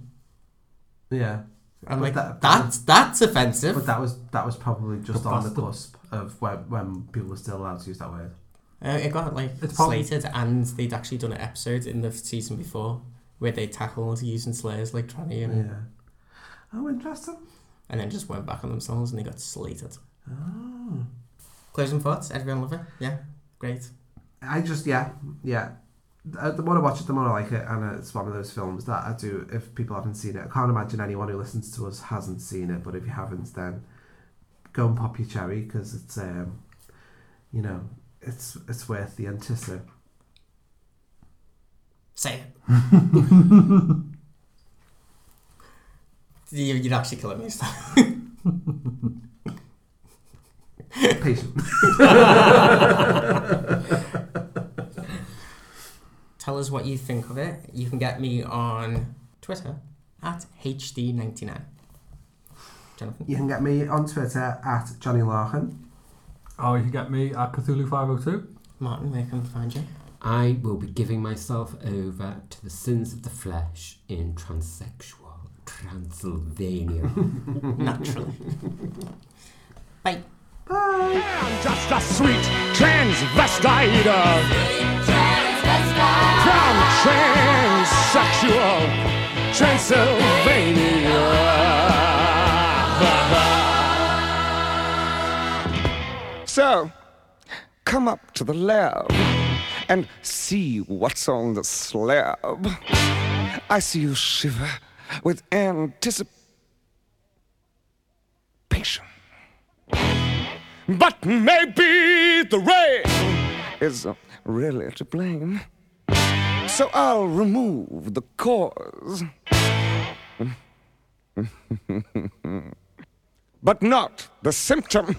S18: Yeah.
S17: I'm
S18: But
S17: like,
S18: that-
S17: that's, that's offensive.
S18: But that was that was probably just
S17: But
S18: on the
S17: that's the-
S18: cusp of when, when people were still allowed to use that word.
S17: Uh, it got like
S18: It's probably-
S17: slated, and they'd actually done an episode in the season before where they tackled using slurs like tranny and
S18: Yeah. Oh, interesting.
S17: and then just went back on themselves and they got slated.
S18: Oh.
S17: Closing thoughts, everyone love it? Yeah, great.
S18: I just yeah yeah. Uh, The more I watch it, the more I like it, and it's one of those films that I do. If people haven't seen it, I can't imagine anyone who listens to us hasn't seen it. But if you haven't, then go and pop your cherry because it's um, you know, it's it's worth the anticipation.
S17: Say it. you, you'd actually kill me. Stop.
S18: Patient.
S17: Tell us what you think of it. You can get me on Twitter at HD99. Jonathan?
S18: You can get me on Twitter at Johnny Larkin.
S2: Oh, you can get me at Cthulhu 502.
S17: Martin, where can we find you?
S20: I will be giving myself over to the sins of the flesh in transsexual Transylvania.
S17: Naturally. Bye.
S23: I'm just a sweet transvestite. From transsexual Transylvania.
S19: So, come up to the lab and see what's on the slab. I see you shiver with anticipation. But maybe the rain is uh, really to blame. So I'll remove the cause. but not the symptom.